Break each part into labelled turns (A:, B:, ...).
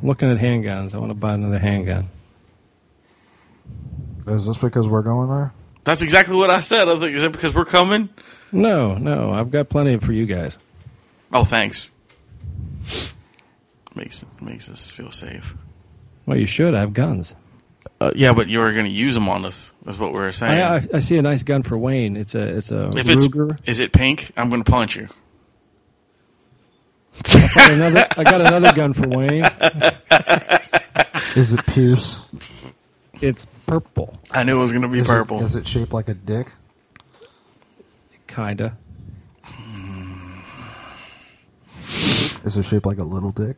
A: I'm looking at handguns. I want to buy another handgun.
B: Is this because we're going there?
C: That's exactly what I said. I was like, is it because we're coming?
A: No, no, I've got plenty for you guys.
C: Oh, thanks. Makes makes us feel safe.
A: Well, you should. I have guns.
C: Uh, yeah, but you're going to use them on us. That's what we are saying.
A: I, I, I see a nice gun for Wayne. It's a it's a
C: Oh, if it's
A: Ruger.
C: is it pink, I'm going to punch you.
A: I got another, I got another gun for Wayne.
B: Is it Pierce?
A: It's purple,
C: I knew it was going to be
B: Is it-
C: purple.
B: is it shaped like a dick?
A: kinda.
B: Is it shaped like a little dick?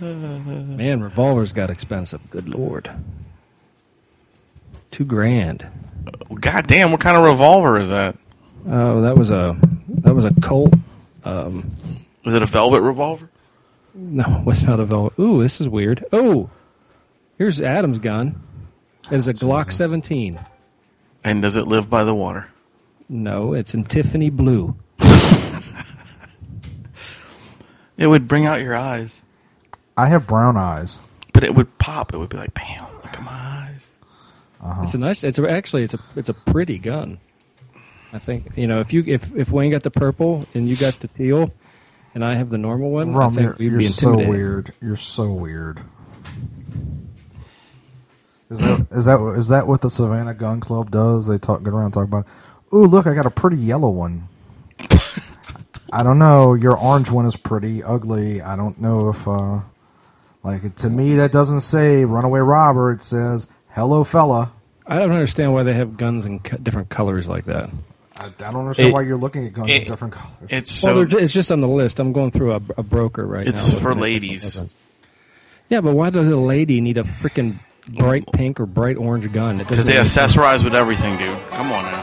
A: Man, revolvers got expensive. Good lord, two grand.
C: God damn, what kind of revolver is that?
A: Oh, that was a that was a Colt.
C: Is it a velvet revolver?
A: No, it was not a velvet. Ooh, this is weird. Oh, here's Adam's gun. It
C: Oh,
A: is a Glock 17.
C: And does it live by the water?
A: No, it's in Tiffany blue.
C: It would bring out your eyes,
B: I have brown eyes.
C: but it would pop. It would be like, bam, look at my eyes.
A: It's a nice. It's a, actually it's a it's a pretty gun. I think you know if you if if Wayne got the purple and you got the teal, and I have the normal one, I
B: Rum,
A: think
B: you're,
A: we'd
B: you're
A: be
B: so
A: intimidated.
B: weird. You're so weird. Is that is that is that what the Savannah Gun Club does? They talk go around and talk about. Ooh, look! I got a pretty yellow one. I don't know. Your orange one is pretty ugly. I don't know if, uh, like, to me that doesn't say "runaway robber." It says "hello, fella."
A: I don't understand why they have guns in co- different colors like that.
B: I, I don't understand
C: It-
B: why you're looking at guns
C: it-
B: in different colors.
C: It's
A: well,
C: so
A: they're ju- it's just on the list. I'm going through a, a broker right now.
C: It's
A: looking
C: for
A: at different
C: ladies.
A: weapons. Yeah, but why does a lady need a freaking bright pink or bright orange gun? It
C: because
A: doesn't
C: they
A: make sense.
C: accessorize with everything, dude. Come on now.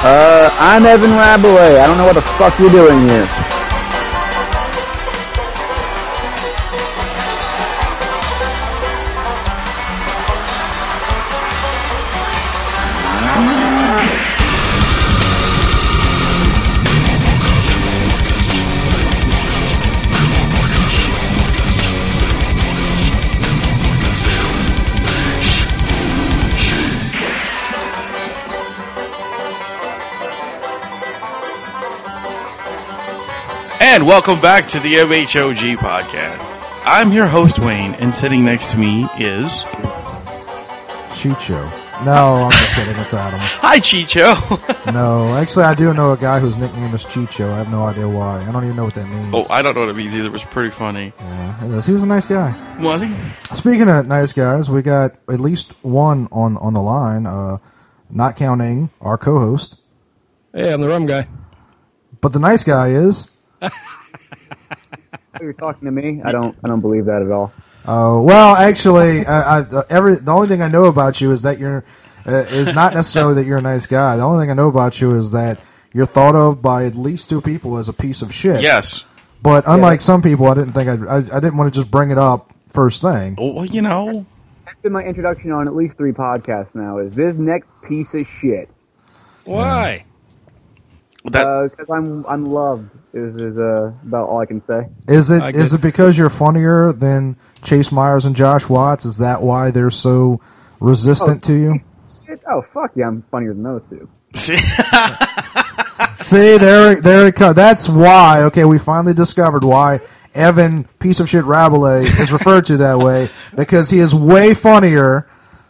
D: Uh, I'm Evan Rabelais. I don't know what the fuck you're doing here.
C: And welcome back to the MHOG podcast. I'm your host Wayne, and sitting next to me is
B: Chicho. No, I'm just kidding. It's Adam.
C: Hi Chicho.
B: No, actually, I do know a guy whose nickname is Chicho. I have no idea why. I don't even know what that means.
C: oh, I don't know what it means either. It was pretty funny.
B: Yeah, it is. He was a nice guy.
C: Was he?
B: Speaking of nice guys, we got at least one on on the line. Uh, not counting our co-host,
A: Hey, I'm the rum guy.
B: but the nice guy is.
D: You're talking to me? I don't. I don't believe that at all.
B: Uh, well, actually, I, I, the- every the only thing I know about you is that you're uh, is not necessarily that you're a nice guy. The only thing I know about you is that you're thought of by at least two people as a piece of shit.
C: Yes.
B: But unlike some people, I didn't think I'd, I I didn't want to just bring it up first thing.
C: Oh, well, you know.
D: That's been my introduction on at least three podcasts now. Is this next piece of shit?
A: Why?
C: That
D: Because Uh, I'm I'm loved. Is is uh, about all I can say.
B: Is it
A: I
B: is
A: get-
B: it because you're funnier than Chase Myers and Josh Watts? Is that why they're so resistant to you?
D: Shit. Oh fuck yeah! I'm funnier than those two.
C: see,
B: See, there there it comes. That's why. Okay, we finally discovered why Evan piece of shit Rabelais is referred to that way because he is way funnier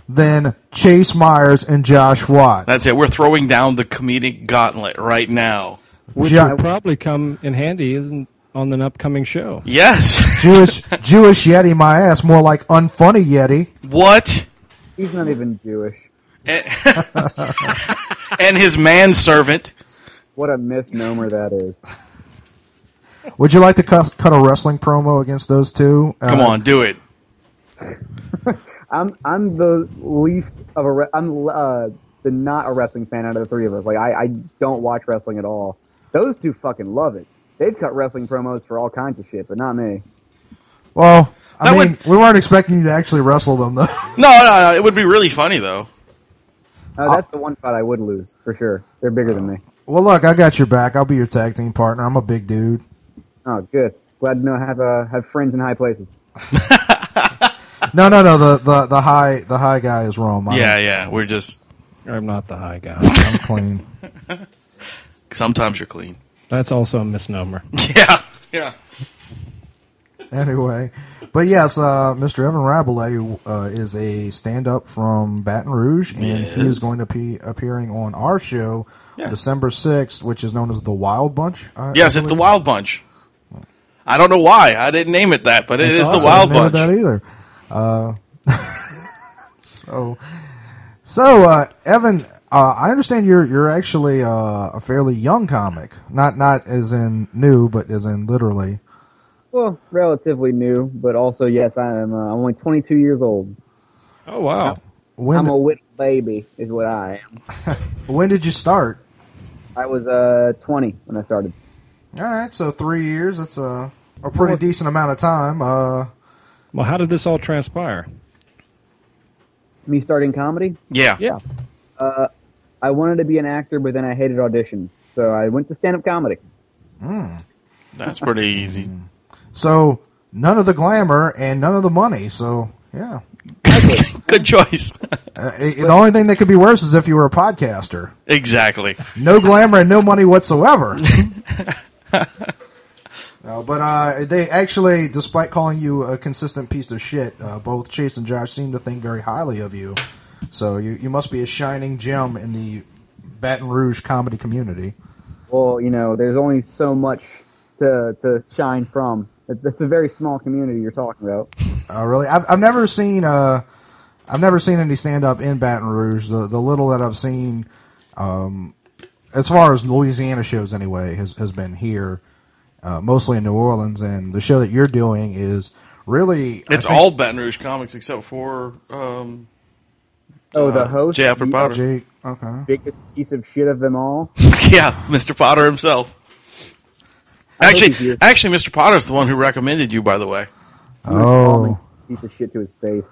B: than Chase Myers and Josh Watts.
C: That's it. We're throwing down the comedic gauntlet right now.
A: which
B: Yeah.
A: will probably come in handy in- on an upcoming show.
C: Yes.
B: Jewish Jewish Yeti, my ass. More like unfunny Yeti.
C: what?
D: He's not even Jewish.
C: And his manservant.
D: What a misnomer that is.
B: Would you like to cut, cut a wrestling promo against those two? Uh,
C: Come on, do it.
D: I'm I'm the least of a re- I'm uh, the not a wrestling fan out of the three of us. Like I, I don't watch wrestling at all. Those two fucking love it. They've cut wrestling promos for all kinds of shit, but not me.
B: Well, I
C: That
B: mean,
C: would-
B: we weren't expecting you to actually wrestle them though.
C: No, no, no. It would be really funny though.
D: Uh, that's the one fight I would lose for sure. They're bigger than me.
B: well, look, I got your back. I'll be your tag team partner. I'm a big dude.
D: Oh, good. Glad to know I have uh, have friends in high places.
B: No, no, no. The, the, the high the high guy is wrong. I'm,
C: Yeah, yeah. We're just
A: I'm not the high guy.
B: I'm clean.
C: sometimes you're clean.
A: That's also a misnomer.
C: Yeah, yeah.
B: anyway, but yes, uh, Mr. Evan Rabelais uh, is a stand-up from Baton Rouge, and he is going to be appearing on our show
C: Yeah.
B: December sixth, which is known as the Wild Bunch. I- I
C: Yes, it's the
B: believe.
C: Wild Bunch. I don't know why I didn't name it that, but it is
A: It's
C: the
A: awesome.
B: I
C: Wild
B: didn't know
C: Bunch.
B: that either. Uh, so, so uh, Evan, uh, I understand you're you're actually uh, a fairly young comic, not not as in new, but as in literally.
D: Well, relatively new, but also yes, I am. Uh, I'm only 22 years old.
A: Oh wow!
B: When
D: I'm a wit baby, is what I am.
B: when did you start?
D: I was uh 20 when I started.
B: All right, so three years. That's a a pretty decent amount of time. Uh,
A: Well, how did this all transpire?
D: Me starting comedy.
C: Yeah.
A: Yeah,
D: I wanted to be an actor, but then I hated auditions, so I went to stand-up comedy.
C: that's pretty easy.
B: so none of the glamour and none of the money. So yeah,
C: Good choice.
B: Uh, it- the only thing that could be worse is if you were a podcaster.
C: exactly.
B: No glamour and no money whatsoever. No, but uh, they actually, despite calling you a consistent piece of shit, uh, both Chase and Josh seem to think very highly of you. So you, you must be a shining gem in the Baton Rouge comedy community.
D: Well, you know, there's only so much to to shine from. It- It's a very small community you're talking about.
B: Oh, really? I've, I've never seen uh, I've never seen any stand up in Baton Rouge. The the little that I've seen, um, as far as Louisiana shows anyway, has has been here, uh, mostly in New Orleans. And the show that you're doing is really I
C: It's
B: think-
C: all Baton Rouge comics except for um,
D: Oh, the host,
C: J. Alfred
D: the
C: Potter.
B: Jake. Okay.
D: biggest piece of shit of them all.
C: yeah, Mr. Potter himself.
D: hope
C: Actually,
D: he's here.
C: actually, Mr. Potter's the one who recommended you, by the way.
D: I'm gonna call
B: Oh.
D: him a piece of shit to his face.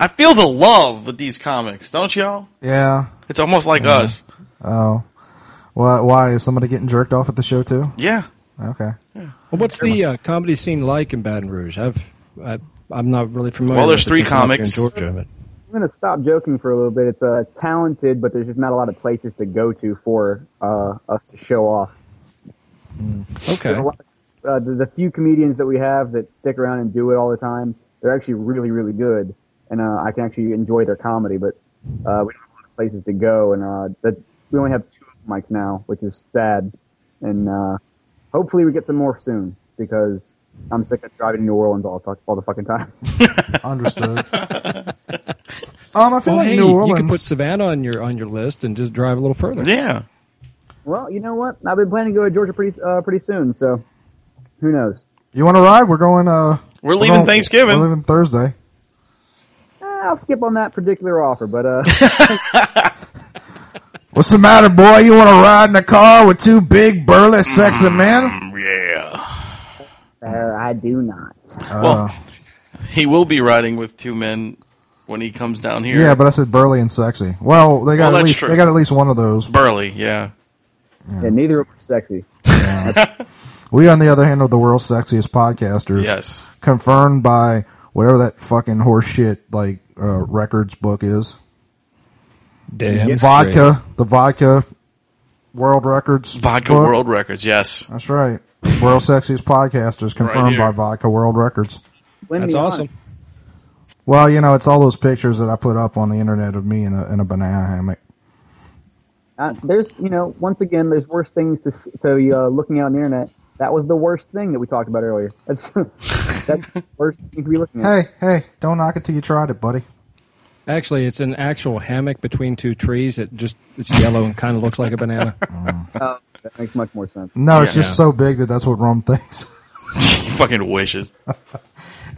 C: I feel the love with these comics, don't y'all?
B: Yeah.
C: It's almost like us.
B: Oh. Why? Why is somebody getting jerked off at the show too?
C: Yeah.
B: Okay.
A: Well, what's the uh, comedy scene like in Baton Rouge? I've, I, I'm not really familiar.
C: Well, there's
A: with it
C: three
A: since I'm up here
C: comics.
A: in Georgia. but-
D: I'm gonna stop joking for a little bit. It's uh, talented, but there's just not a lot of places to go to for uh, us to show off. There's a
A: Okay,
D: lot- uh, the, the few comedians that we have that stick around and do it all the time, they're actually really, really good, and uh, I can actually enjoy their comedy. But uh, we don't have a lot of places to go, and uh, that we only have two mics now, which is sad. And uh, hopefully, we get some more soon because I'm sick of driving to New Orleans all, the fuck- all the fucking time.
B: Understood. um, I feel
A: well,
B: like
A: hey,
B: New
A: you
B: Orleans.
A: can put Savannah on your on your list and just drive a little further.
C: Yeah.
D: well, you know what? I've been planning to go to Georgia pretty uh, pretty soon, so who knows?
B: you want to ride? We're going. Uh,
C: We're leaving
B: going-
C: Thanksgiving.
B: We're leaving Thursday.
D: Eh, I'll skip on that particular offer, but uh,
B: What's the matter, boy? You want to ride in a car with two big, burly, sexy
C: Mm-hmm.
B: men?
C: Mm, Yeah.
D: uh, I do not.
B: Uh,
C: Well, he will be riding with two men when he comes down here.
B: Yeah, but I said burly and sexy. Well, they got
C: Well,
B: at
C: that's
B: least
C: true.
B: they got at least one of those.
C: Burley, yeah.
D: Yeah, neither of them are sexy.
B: We, on the other hand, are the world's sexiest podcasters.
C: Yes.
B: confirmed by whatever that fucking horseshit like uh, records book is.
A: Damn straight.
B: vodka, the vodka world records.
C: Vodka
B: book.
C: World Records, yes.
B: That's right. World sexiest podcasters confirmed
C: here.
B: by Vodka World Records.
D: Lend
A: That's
D: me on it.
A: awesome.
B: Well, you know, it's all those pictures that I put up on the internet of me in a, in a banana hammock.
D: Uh, there's, you know, once again, there's worse things to, s- to uh, looking at on the internet. That was the worst thing that we talked about earlier. That's that's the worst thing to be looking at.
B: Hey, hey, don't knock it till you tried it, buddy.
A: Actually, it's an actual hammock between two trees. It just it's yellow and kind of looks like a banana.
D: Uh, that makes much more sense.
B: No, it's
C: Yeah.
B: just so big that that's what Rome thinks.
C: Fucking wishes.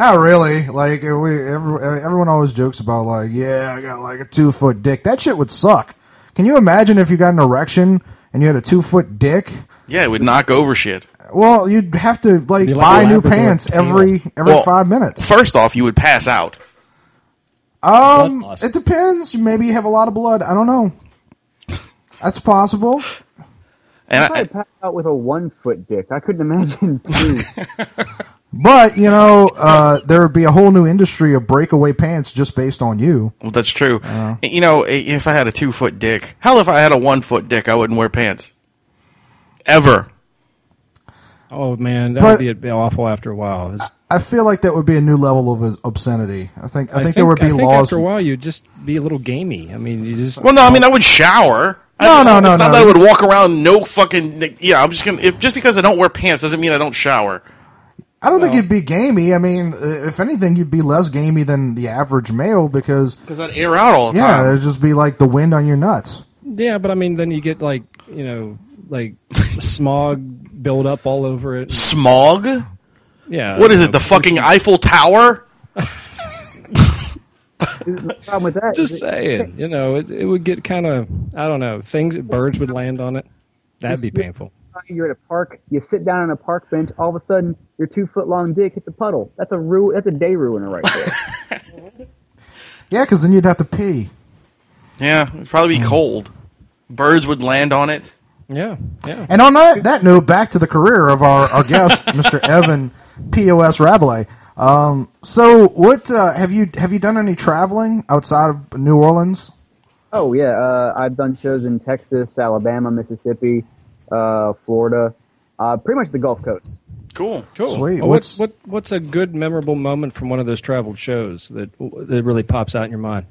B: Not really. Like we, every, everyone always jokes about like, yeah, I got like a two foot dick. That shit would suck. Can you imagine if you got an erection and you had a two foot dick?
C: Yeah, it would knock over shit.
B: Well, you'd have to like
A: Be like
B: buy
A: a
B: new
A: Labrador
B: pants
A: retriever.
B: every every
C: Well,
B: five minutes.
C: First off, you would pass out.
B: Um,
A: Blood loss.
B: it depends. Maybe you have a lot of blood. I don't know. That's possible.
C: And
D: If I
C: I,
D: had passed out with a one foot dick, I couldn't imagine two.
B: But you know, uh, there would be a whole new industry of breakaway pants just based on you.
C: well, that's true. You know, i- if I had a two foot dick, hell, if I had a one foot dick, I wouldn't wear pants. Ever.
A: Oh man, that
B: But-
A: would be awful after a while. It's-
B: I feel like that would be a new level of obscenity. I think I, think, there would be
A: I think
B: laws.
A: after a while you'd just be a little gamey. I mean, you just
C: Well, no, I mean, I would shower. I,
B: No, no, no,
C: It's not
B: no.
C: that I would walk around no fucking. Yeah, I'm just gonna. If, just because I don't wear pants doesn't mean I don't shower.
B: I don't think you'd be gamey. I mean, uh, if anything, you'd be less gamey than the average male because
C: Because I'd air out all the
B: yeah,
C: time.
B: there'd just be like the wind on your nuts.
A: yeah, but I mean, then you get like you know like smog build up all over it.
C: Smog?
A: Yeah,
C: What is
A: you
C: it?
A: know,
C: The fucking Eiffel Tower?
D: the problem with that is
A: Just
D: that
A: saying, you know, it, it would get kind of I don't know things. Birds would land on it. That'd be painful.
D: you're at a park, you sit down on a park bench, all of a sudden your two foot long dick hits a puddle. That's a ru- That's a day ruiner right there.
B: Yeah, because then you'd have to pee.
C: Yeah, it'd probably be cold. Birds would land on it.
A: Yeah, yeah.
B: And on that, that note, back to the career of our, our guest, Mr. Evan Pos Rabelais. Um, so, what uh, have you have you done any traveling outside of New Orleans?
D: Oh yeah, uh, I've done shows in Texas, Alabama, Mississippi, uh, Florida, uh, pretty much the Gulf Coast.
C: Cool.
A: Cool.
B: Sweet.
A: Well, what's what,
B: What's-
A: what's a good memorable moment from one of those traveled shows that that really pops out in your mind?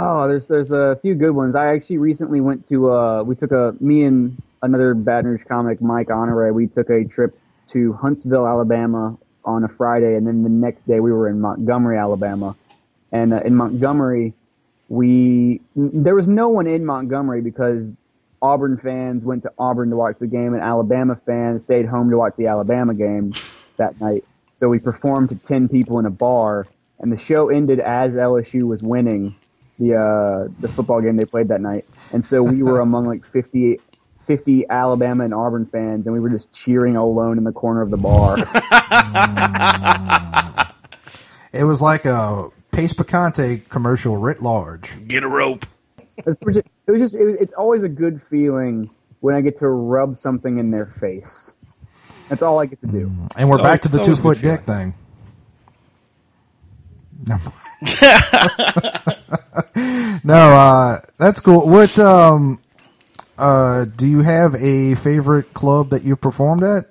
D: Oh, there's there's a few good ones. I actually recently went to uh, we took a me and another Baton Rouge comic, Mike Honore. We took a trip to Huntsville, Alabama, on a Friday, and then the next day we were in Montgomery, Alabama. And uh, in Montgomery, we n- there was no one in Montgomery because Auburn fans went to Auburn to watch the game, and Alabama fans stayed home to watch the Alabama game that night. So we performed to ten people in a bar, and the show ended as LSU was winning the uh, the football game they played that night. And so we were among like 50, 50 Alabama and Auburn fans, and we were just cheering alone in the corner of the bar.
B: It was like a Pace Picante commercial writ large.
C: Get a rope.
D: It was just, it was just it was, it's always a good feeling when I get to rub something in their face. That's all I get to do.
B: And we're
A: It's
B: back to
A: al-
B: the
A: it's
B: two
A: always a
B: foot
A: good
B: dick thing. No, no uh, that's cool. What um, uh, do you have a favorite club that you performed at?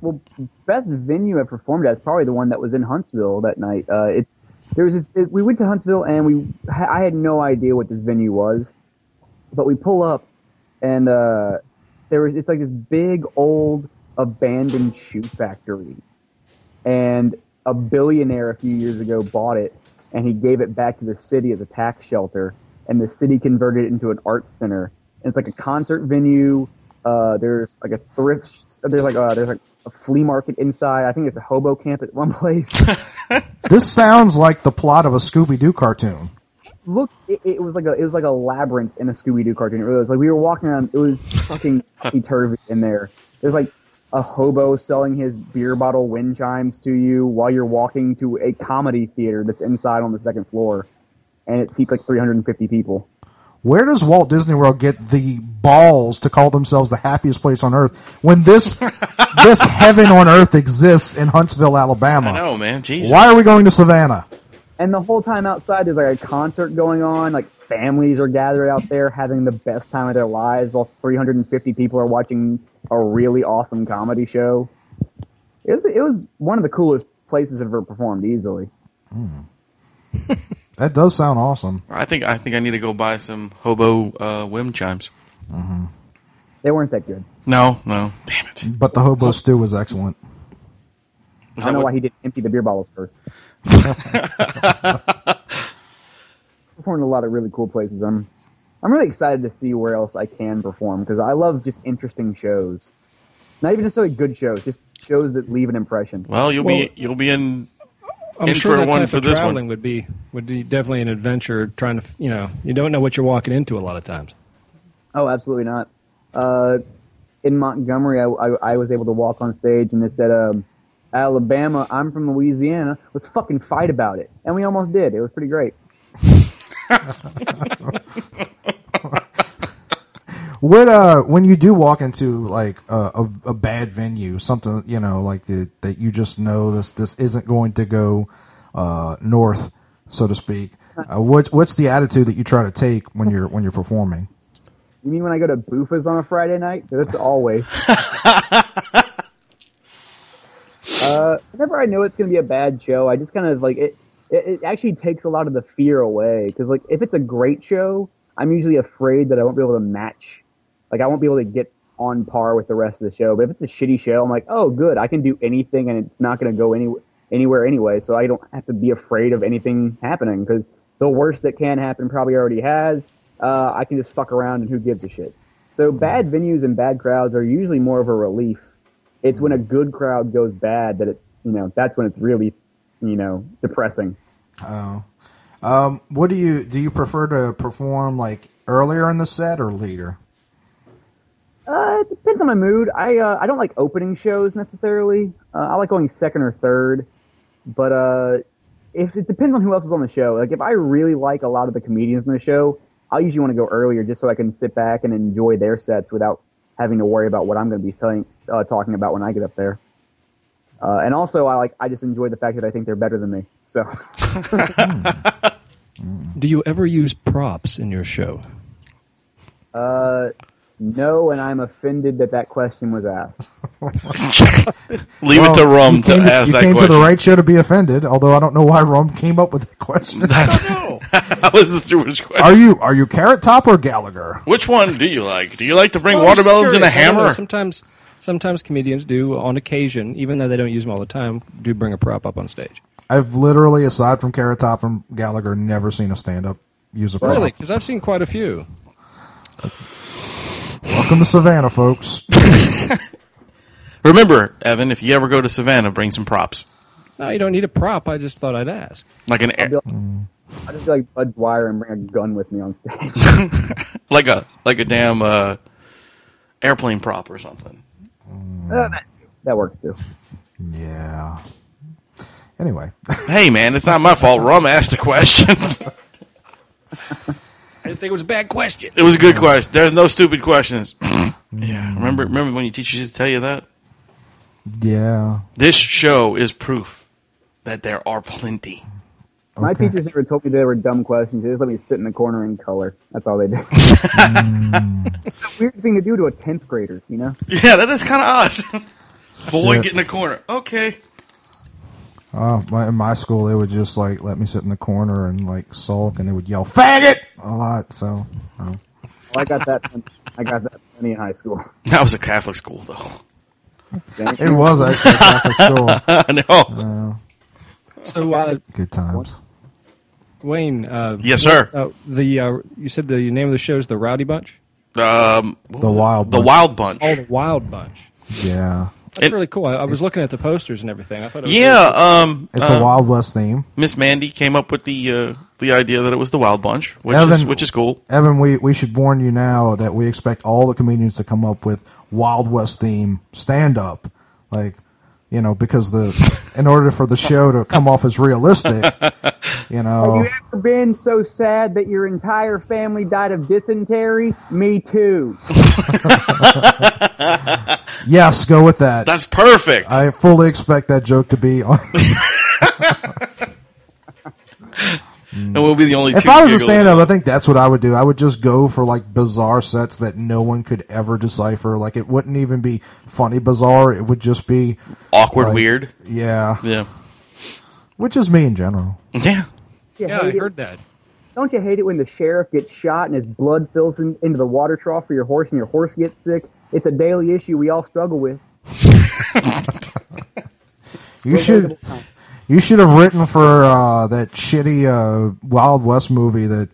D: Well, best venue I performed at is probably the one that was in Huntsville that night. Uh, it's there was this, it, we went to Huntsville and we ha- I had no idea what this venue was, but we pull up and uh, there was it's like this big old abandoned shoe factory, and a billionaire a few years ago bought it and he gave it back to the city as a tax shelter, and the city converted it into an art center. And it's like a concert venue. Uh, there's like a thrift. sh- There's like a, there's like a flea market inside. I think it's a hobo camp at one place.
B: This sounds like the plot of a Scooby Doo cartoon.
D: look, it, it was like a it was like a labyrinth in a Scooby Doo cartoon. It really was like we were walking around. It was fucking turvy in there. There's like a hobo selling his beer bottle wind chimes to you while you're walking to a comedy theater that's inside on the second floor, and it seats like 350 people.
B: Where does Walt Disney World get the balls to call themselves the happiest place on earth when this this heaven on earth exists in Huntsville,
C: I
B: Alabama?
C: know, man. Jesus.
B: Why are we going to Savannah?
D: And the whole time outside, there's like a concert going on. Like families are gathered out there having the best time of their lives while 350 people are watching a really awesome comedy show. It was, it was one of the coolest places I've ever performed, easily.
B: That does sound awesome.
C: I think I think I need to go buy some hobo uh, whim chimes.
D: They weren't that good.
C: No, no, damn it.
B: But the hobo stew was excellent.
C: Is
D: I don't
C: that
D: know
C: what-
D: why he didn't empty the beer bottles first. Performed a lot of really cool places. I'm, I'm really excited to see where else I can perform because I love just interesting shows. Not even necessarily good shows, just shows that leave an impression.
C: Well, you'll
A: Well-
C: be you'll be in.
A: I'm
C: In
A: sure
C: for
A: that
C: one,
A: type
C: for
A: of
C: this one.
A: traveling would be would be definitely an adventure. Trying to f- you know you don't know what you're walking into a lot of times.
D: Oh, absolutely not. Uh, in Montgomery, I, I, I was able to walk on stage and they said, um, Alabama, I'm from Louisiana. Let's fucking fight about it. And we almost did. It was pretty great.
B: What uh, when you do walk into like a, a, a bad venue, something you know, like the, that you just know this this isn't going to go uh, north, so to speak. Uh, what what's the attitude that you try to take when you're when you're performing?
D: You mean when I go to Bufa's on a Friday night? That's always. uh, whenever I know it's going to be a bad show, I just kind of like it, it. It actually takes a lot of the fear away because like if it's a great show, I'm usually afraid that I won't be able to match. Like I won't be able to get on par with the rest of the show. But if it's a shitty show, I'm like, oh, good, I can do anything, and it's not going to go any anywhere anyway. So I don't have to be afraid of anything happening because the worst that can happen probably already has. Uh, I can just fuck around, and who gives a shit? So bad venues and bad crowds are usually more of a relief it's when a good crowd goes bad that it you know that's when it's really you know depressing
B: What do you do? You prefer to perform like earlier in the set or later?
D: uh, it depends on my mood i uh, i don't like opening shows necessarily uh, i like going second or third but uh if it depends on who else is on the show like if i really like a lot of the comedians in the show i usually want to go earlier just so i can sit back and enjoy their sets without having to worry about what i'm going to be telling, uh, talking about when i get up there uh, and also i like i just enjoy the fact that i think they're better than me so
A: Do you ever use props in your show?
D: No, and I'm offended that that question was asked.
C: Leave it to
B: Well,
C: Rum
B: you
C: to
B: came
C: ask
B: you
C: that
B: came to
C: question.
B: the right show to be offended. Although I don't know why Rum came up with the question.
C: that was the stupidest question.
B: are you are you Carrot Top or Gallagher?
C: Which one do you like? Do you like to bring
A: Well, I'm just
C: watermelons in a
A: curious. I don't know.
C: hammer?
A: Sometimes, sometimes comedians do, on occasion, even though they don't use them all the time, do bring a prop up on stage.
B: I've literally, aside from Carrot Top and Gallagher, never seen a stand up use a prop.
A: Really? Because I've seen quite a few.
B: Welcome to Savannah, folks.
C: Remember, Evan, if you ever go to Savannah, bring some props,
A: No, you don't need a prop. I just thought I'd ask.
C: like an air,
D: I just feel like Bud Dwyer and bring a gun with me on stage.
C: like a like a damn uh, airplane prop or something.
D: Uh, that, too. that works too.
B: yeah. Anyway,
C: Hey, man, it's not my fault. Rum asked the question.
A: I didn't think it was a bad question.
C: it was a good question. There's no stupid questions. yeah, remember remember when your teachers used to tell you that?
B: yeah.
C: This show is proof that there are plenty.
D: My
B: Okay.
D: teachers never told me they were dumb questions. They just let me sit in the corner and color. That's all they did. it's a weird thing to do to a tenth grader, you know.
C: Yeah, that is kind of odd. Boy,
B: Shit.
C: get in the corner. Okay.
B: Oh, my, in my school, they would just like let me sit in the corner and like sulk, and they would yell "faggot" a lot. So, oh.
D: Well, I got that. One. I got that plenty in high school.
C: That was a Catholic school, though.
B: it was actually Catholic school.
C: I know.
A: So, uh,
B: Good times.
A: Wayne, uh,
C: Yes, sir.
A: uh, the uh, you said the name of the show is the Rowdy Bunch.
C: Um, what
B: The
C: was it?
B: Wild
C: The
B: Bunch.
C: Wild Bunch.
A: Oh, the Wild Bunch.
B: Yeah,
A: That's
C: It-
A: really cool. I, I was looking at the posters and everything. I thought, it was really cool.
C: Yeah, um,
B: it's
C: uh,
B: a Wild West theme.
C: Miss Mandy came up with the uh, the idea that it was the Wild Bunch, which is
B: Evan-
C: which is cool.
B: Evan, we we should warn you now that we expect all the comedians to come up with Wild West theme stand up, like you know, because the in order for the show to come off as realistic, you know,
D: Have you ever been so sad that your entire family died of dysentery? Me too.
B: yes, go with that.
C: That's perfect.
B: I fully expect that joke to be on.
C: and we'll be the only
B: If
C: two.
B: I was a
C: giggling.
B: stand up, I think that's what I would do. I would just go for like bizarre sets that no one could ever decipher. Like it wouldn't even be funny bizarre. It would just be
C: awkward,
B: Right.
C: weird.
B: yeah,
C: Yeah,
B: which is me in general.
C: yeah.
D: You
A: Yeah, I
D: hate it-
A: heard that.
D: Don't you hate it when the sheriff gets shot and his blood fills in, into the water trough for your horse and your horse gets sick? It's a daily issue we all struggle with.
B: You should you should have written for uh, that shitty uh, Wild West movie that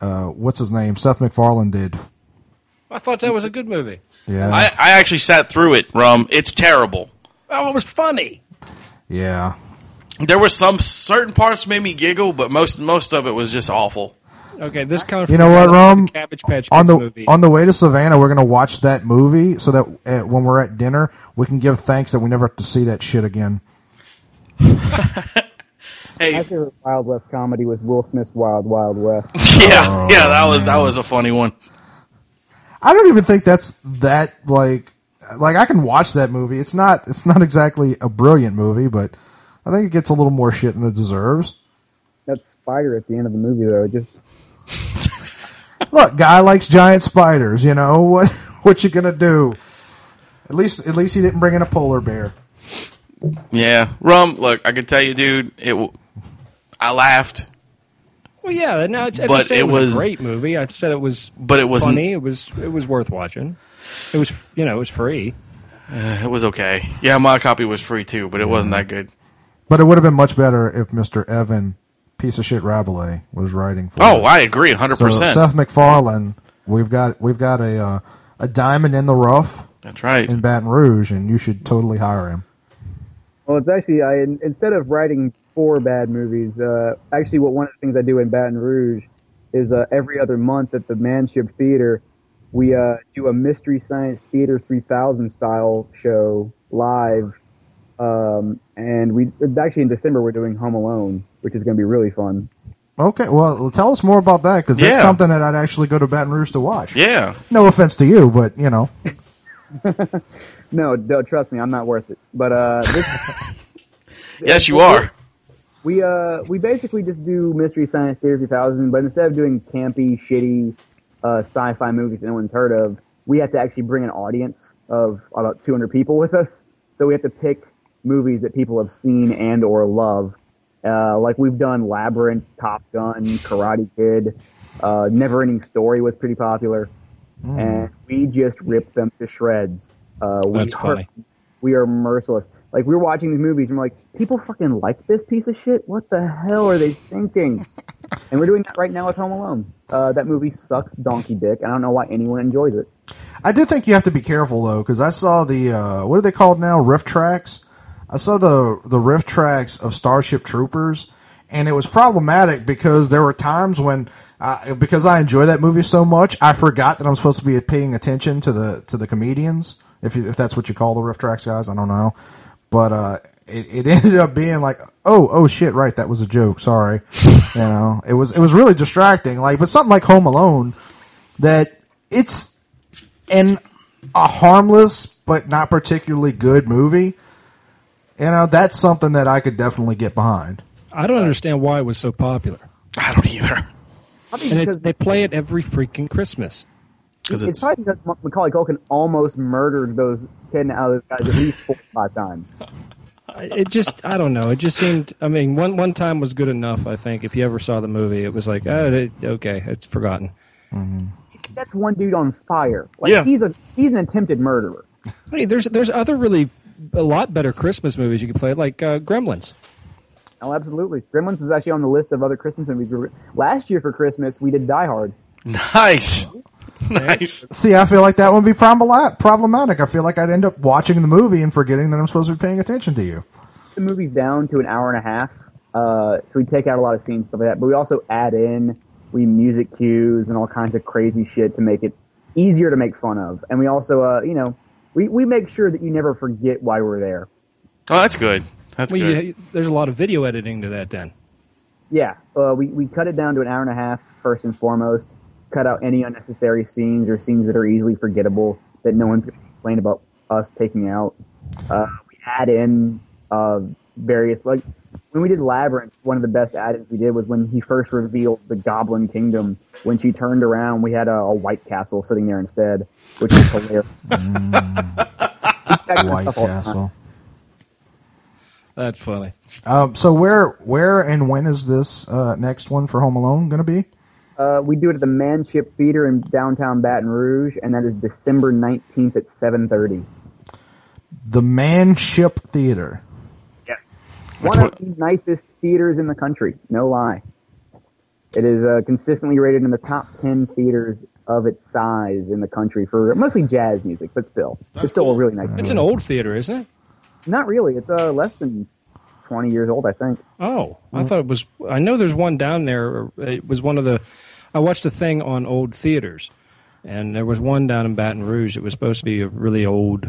B: uh, what's his name Seth MacFarlane did.
A: I thought that was a good movie.
B: Yeah,
C: I, I actually sat through it. Rum, it's terrible.
A: Oh, it was funny.
B: yeah.
C: There were some certain parts made me giggle, but most most of it was just awful.
A: Okay, this comes.
B: You
A: from-
B: know what,
A: it's
B: Rome?
A: the Cabbage Patch Kids
B: on the
A: movie.
B: on the way to Savannah, we're gonna watch that movie so that uh, when we're at dinner, we can give thanks that we never have to see that shit again.
C: Hey,
D: My favorite Wild West comedy was Will Smith's Wild Wild West.
B: Oh,
C: yeah, yeah, that was that was a funny one.
B: I don't even think that's that like like I can watch that movie. It's not it's not exactly a brilliant movie, but I think it gets a little more shit than it deserves.
D: That spider at the end of the movie, though, it just
B: Look, guy likes giant spiders. You know what? What you gonna do? At least at least he didn't bring in a polar bear.
C: Yeah, Rum. Look, I could tell you, dude. It. w- I laughed,
A: Well, yeah, no, it's, I
C: But
A: didn't say
C: it
A: it was,
C: was-
A: a great movie. I said it was
C: but it wasn't.
A: funny. It was it was worth watching. It was you know it was free.
C: It was okay. Yeah, my copy was free too, but it wasn't that good.
B: But it would have been much better if Mister Evan, piece of shit Rabelais, was writing for.
C: Oh,
B: it.
C: I agree, hundred
B: So
C: percent.
B: Seth MacFarlane, we've got we've got a uh, a diamond in the rough
C: That's right.
B: in Baton Rouge, and you should totally hire him.
D: Well, it's actually I in- instead of writing four bad movies, uh, actually, what one of the things I do in Baton Rouge is uh, every other month at the Manship Theater, we uh, do a Mystery Science Theater 3000 style show live, um, and we actually in December we're doing Home Alone, which is going to be really fun.
B: Okay, well, tell us more about that because that's
C: Yeah.
B: something that I'd actually go to Baton Rouge to watch.
C: Yeah,
B: No offense to you, but you know,
D: No, no trust me, I'm not worth it. But uh, this,
C: yes, you are.
D: We uh we basically just do mystery science theater 2000, but instead of doing campy, shitty, uh, sci-fi movies that no one's heard of, we have to actually bring an audience of about 200 people with us. So we have to pick movies that people have seen and or love. Uh, like we've done Labyrinth, Top Gun, Karate Kid, uh, Never Ending Story was pretty popular,
A: Mm.
D: and we just ripped them to shreds. Uh, we
A: That's
D: are-
A: funny.
D: we are merciless. Like we're watching these movies, and we're like, people fucking like this piece of shit. What the hell are they thinking? and we're doing that right now with Home Alone. Uh, that movie sucks, donkey dick. and I don't know why anyone enjoys it.
B: I do think you have to be careful though because I saw the uh, what are they called now? Riff tracks. I saw the the riff tracks of Starship Troopers, and it was problematic because there were times when. I, because I enjoy that movie so much, I forgot that I'm supposed to be paying attention to the to the comedians, if you, if that's what you call the riff tracks guys. I don't know, but uh, it, it ended up being like, oh oh shit, right, that was a joke. Sorry, you know, it was it was really distracting. Like, but something like Home Alone, that it's and a harmless but not particularly good movie. You know, that's something that I could definitely get behind.
A: I don't understand why it was so popular.
C: I don't either.
D: Probably
A: And it's
D: because
A: they play it every freaking Christmas.
C: Because
D: it's
C: it's
D: probably because Ma- Macaulay Culkin almost murdered those ten out of those guys at least four or five times.
A: It just I don't know. It just seemed. I mean, one one time was good enough. I think if you ever saw the movie, it was like oh, it- okay, it's forgotten.
D: That's one dude on fire. Like
C: Yeah.
D: he's a he's an attempted murderer.
A: Hey, there's there's other really a lot better Christmas movies you can play, like uh, Gremlins.
D: Oh, absolutely. Gremlins was actually on the list of other Christmas movies. we were- Last year for Christmas, we did Die Hard.
C: nice, nice.
B: See, I feel like that would be probla- problematic. I feel like I'd end up watching the movie and forgetting that I'm supposed to be paying attention to you.
D: the movies down to an hour and a half. Uh, so we take out a lot of scenes, stuff like that. But we also add in we music cues and all kinds of crazy shit to make it easier to make fun of. And we also, uh, you know, we, we make sure that you never forget why we're there.
C: Oh, that's good. That's
A: Well,
C: good.
A: you, there's a lot of video editing to that. Then
D: Yeah, uh, we we cut it down to an hour and a half first and foremost. Cut out any unnecessary scenes or scenes that are easily forgettable that no one's going to complain about us taking out. Uh, we add in uh, various like when we did Labyrinth, one of the best add-ins we did was when he first revealed the Goblin Kingdom. When she turned around, we had a, a White Castle sitting there instead, which is hilarious. We check this
B: White
D: stuff all the time.
B: Castle.
A: That's funny.
B: Um, so where where and when is this uh, next one for Home Alone going to be?
D: Uh, we do it at the Manship Theater in downtown Baton Rouge, and that is December nineteenth at seven thirty.
B: The Manship Theater.
D: Yes,
C: That's
D: one
C: what-
D: of the nicest theaters in the country. No lie, it is uh, consistently rated in the top ten theaters of its size in the country for mostly jazz music, but still, it's still a really nice.
A: It's an
D: theater.
A: old theater, isn't it?
D: Not really. It's uh, less than twenty years old, I think.
A: Oh, I thought it was. I know there's one down there. uh, It was one of the. I watched a thing on old theaters, and there was one down in Baton Rouge. It was supposed to be a really old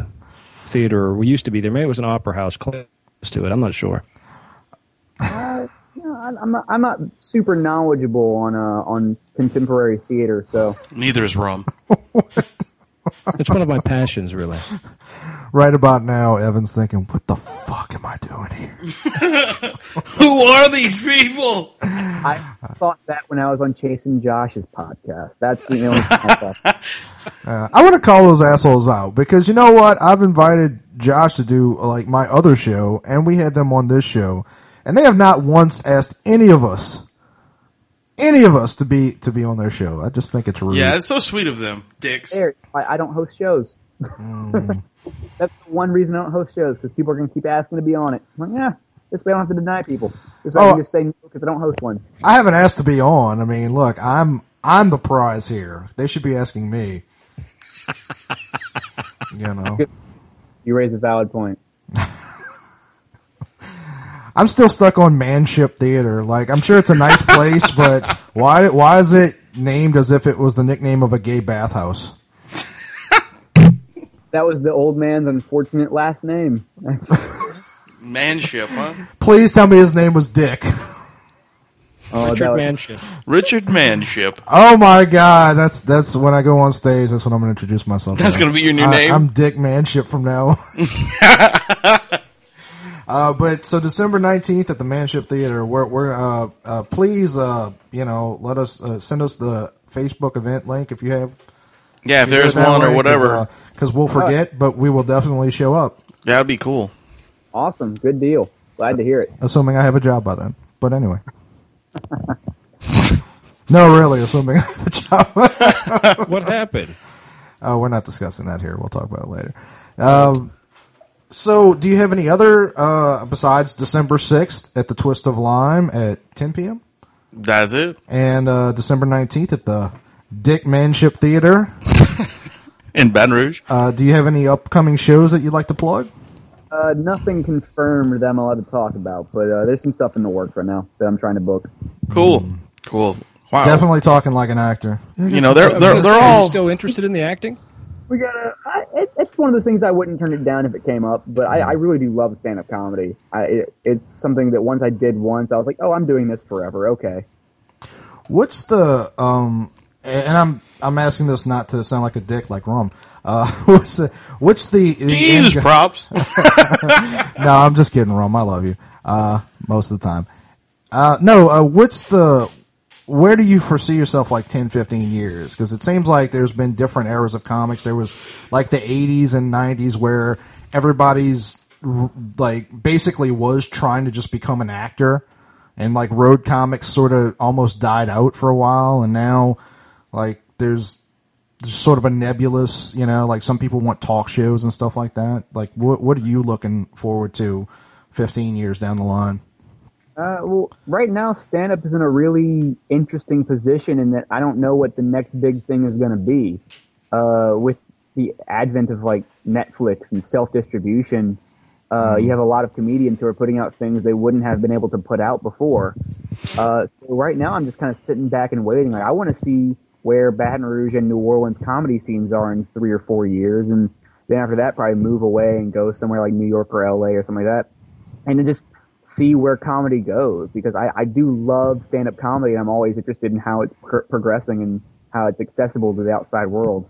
A: theater. or used to be there. Maybe it was an opera house close to it. I'm not sure.
D: You know, I- I'm not, I'm not super knowledgeable on uh, on contemporary theater, so
C: Neither is rum.
A: It's one of my passions, really.
B: Right about now, Evan's thinking, "What the fuck am I doing here?"
C: Who are these people?
D: I thought that when I was on Chase and Josh's podcast. That's the only podcast.
B: Uh, I want to call those assholes out because you know what? I've invited Josh to do like my other show, and we had them on this show, and they have not once asked any of us, any of us, to be to be on their show. I just think it's rude.
C: Yeah, it's so sweet of them, dicks.
D: There, I, I don't host shows. That's the one reason I don't host shows because people are going to keep asking to be on it. I'm like, yeah, this way I don't have to deny people. This way I
B: Oh.
D: can just say no because I don't host one.
B: I haven't asked to be on. I mean, look, I'm I'm the prize here. They should be asking me. you know,
D: You raise a valid point.
B: I'm still stuck on Manship Theater. Like, I'm sure it's a nice place, but why why is it named as if it was the nickname of a gay bathhouse?
D: That was the old man's unfortunate last name. Oh,
C: Manship, huh?
B: Please tell me his name was Dick.
D: Oh,
A: Richard
D: that was-
A: Manship.
C: Richard Manship.
B: Oh my God, that's that's when I go on stage. That's when I'm going to introduce myself. as.
C: That's gonna be your new
B: I-
C: name?
B: I'm Dick Manship from now. on. uh, but so December 19th at the Manship Theater. We're, we're uh, uh, please uh, you know let us uh, send us the Facebook event link if you have.
C: Yeah, if there's
B: that
C: one
B: way,
C: or
B: 'cause,
C: whatever,
B: uh, Because we'll forget, but we will definitely show up,
C: that'd be cool.
D: awesome. Good deal. Glad to hear it.
B: assuming I have a job by then. But anyway. No, really. Assuming I have a job.
A: What happened?
B: Oh, we're not discussing that here. We'll talk about it later. Um, so, do you have any other uh, besides December sixth at the Twist of Lime at ten p.m.
C: That's it.
B: and uh, December nineteenth at the Dick Manship Theater?
C: In Baton Rouge.
B: Uh, do you have any upcoming shows that you'd like to plug?
D: Uh, nothing confirmed that I'm allowed to talk about, but uh, there's some stuff in the works right now that I'm trying to book.
C: Cool. Cool. Wow.
B: Definitely talking like an actor.
C: You know, they're
A: I was
C: they're,
A: gonna
C: they're
A: say, Are
C: all
A: you still interested in the acting?
D: We gotta. I, it, it's one of those things I wouldn't turn it down if it came up, but I, I really do love stand-up comedy. I, it, it's something that once I did once, I was like, oh, I'm doing this forever. Okay.
B: What's the um? And I'm I'm asking this not to sound like a dick like Rum. Uh, what's the what's the, the
C: Jeez,
B: end-
C: props.
B: no, I'm just kidding, Rome. I love you. Uh, most of the time. Uh, no, uh, what's the. Where do you foresee yourself like 10, 15 years? Because it seems like there's been different eras of comics. There was like the 80s and 90s where everybody's r- like basically was trying to just become an actor. And like road comics sort of almost died out for a while. And now like there's there's sort of a nebulous, you know, like some people want talk shows and stuff like that. Like, what what are you looking forward to, fifteen years down the line?
D: Uh, well, right now, stand-up is in a really interesting position in that I don't know what the next big thing is going to be. Uh, with the advent of like Netflix and self-distribution, uh, you have a lot of comedians who are putting out things they wouldn't have been able to put out before. Uh, so right now, I'm just kind of sitting back and waiting. Like, I want to see where Baton Rouge and New Orleans comedy scenes are in three or four years, and then after that, probably move away and go somewhere like New York or LA or something like that, and then just see where comedy goes because I, I do love stand up comedy, and I'm always interested in how it's pr- progressing and how it's accessible to the outside world.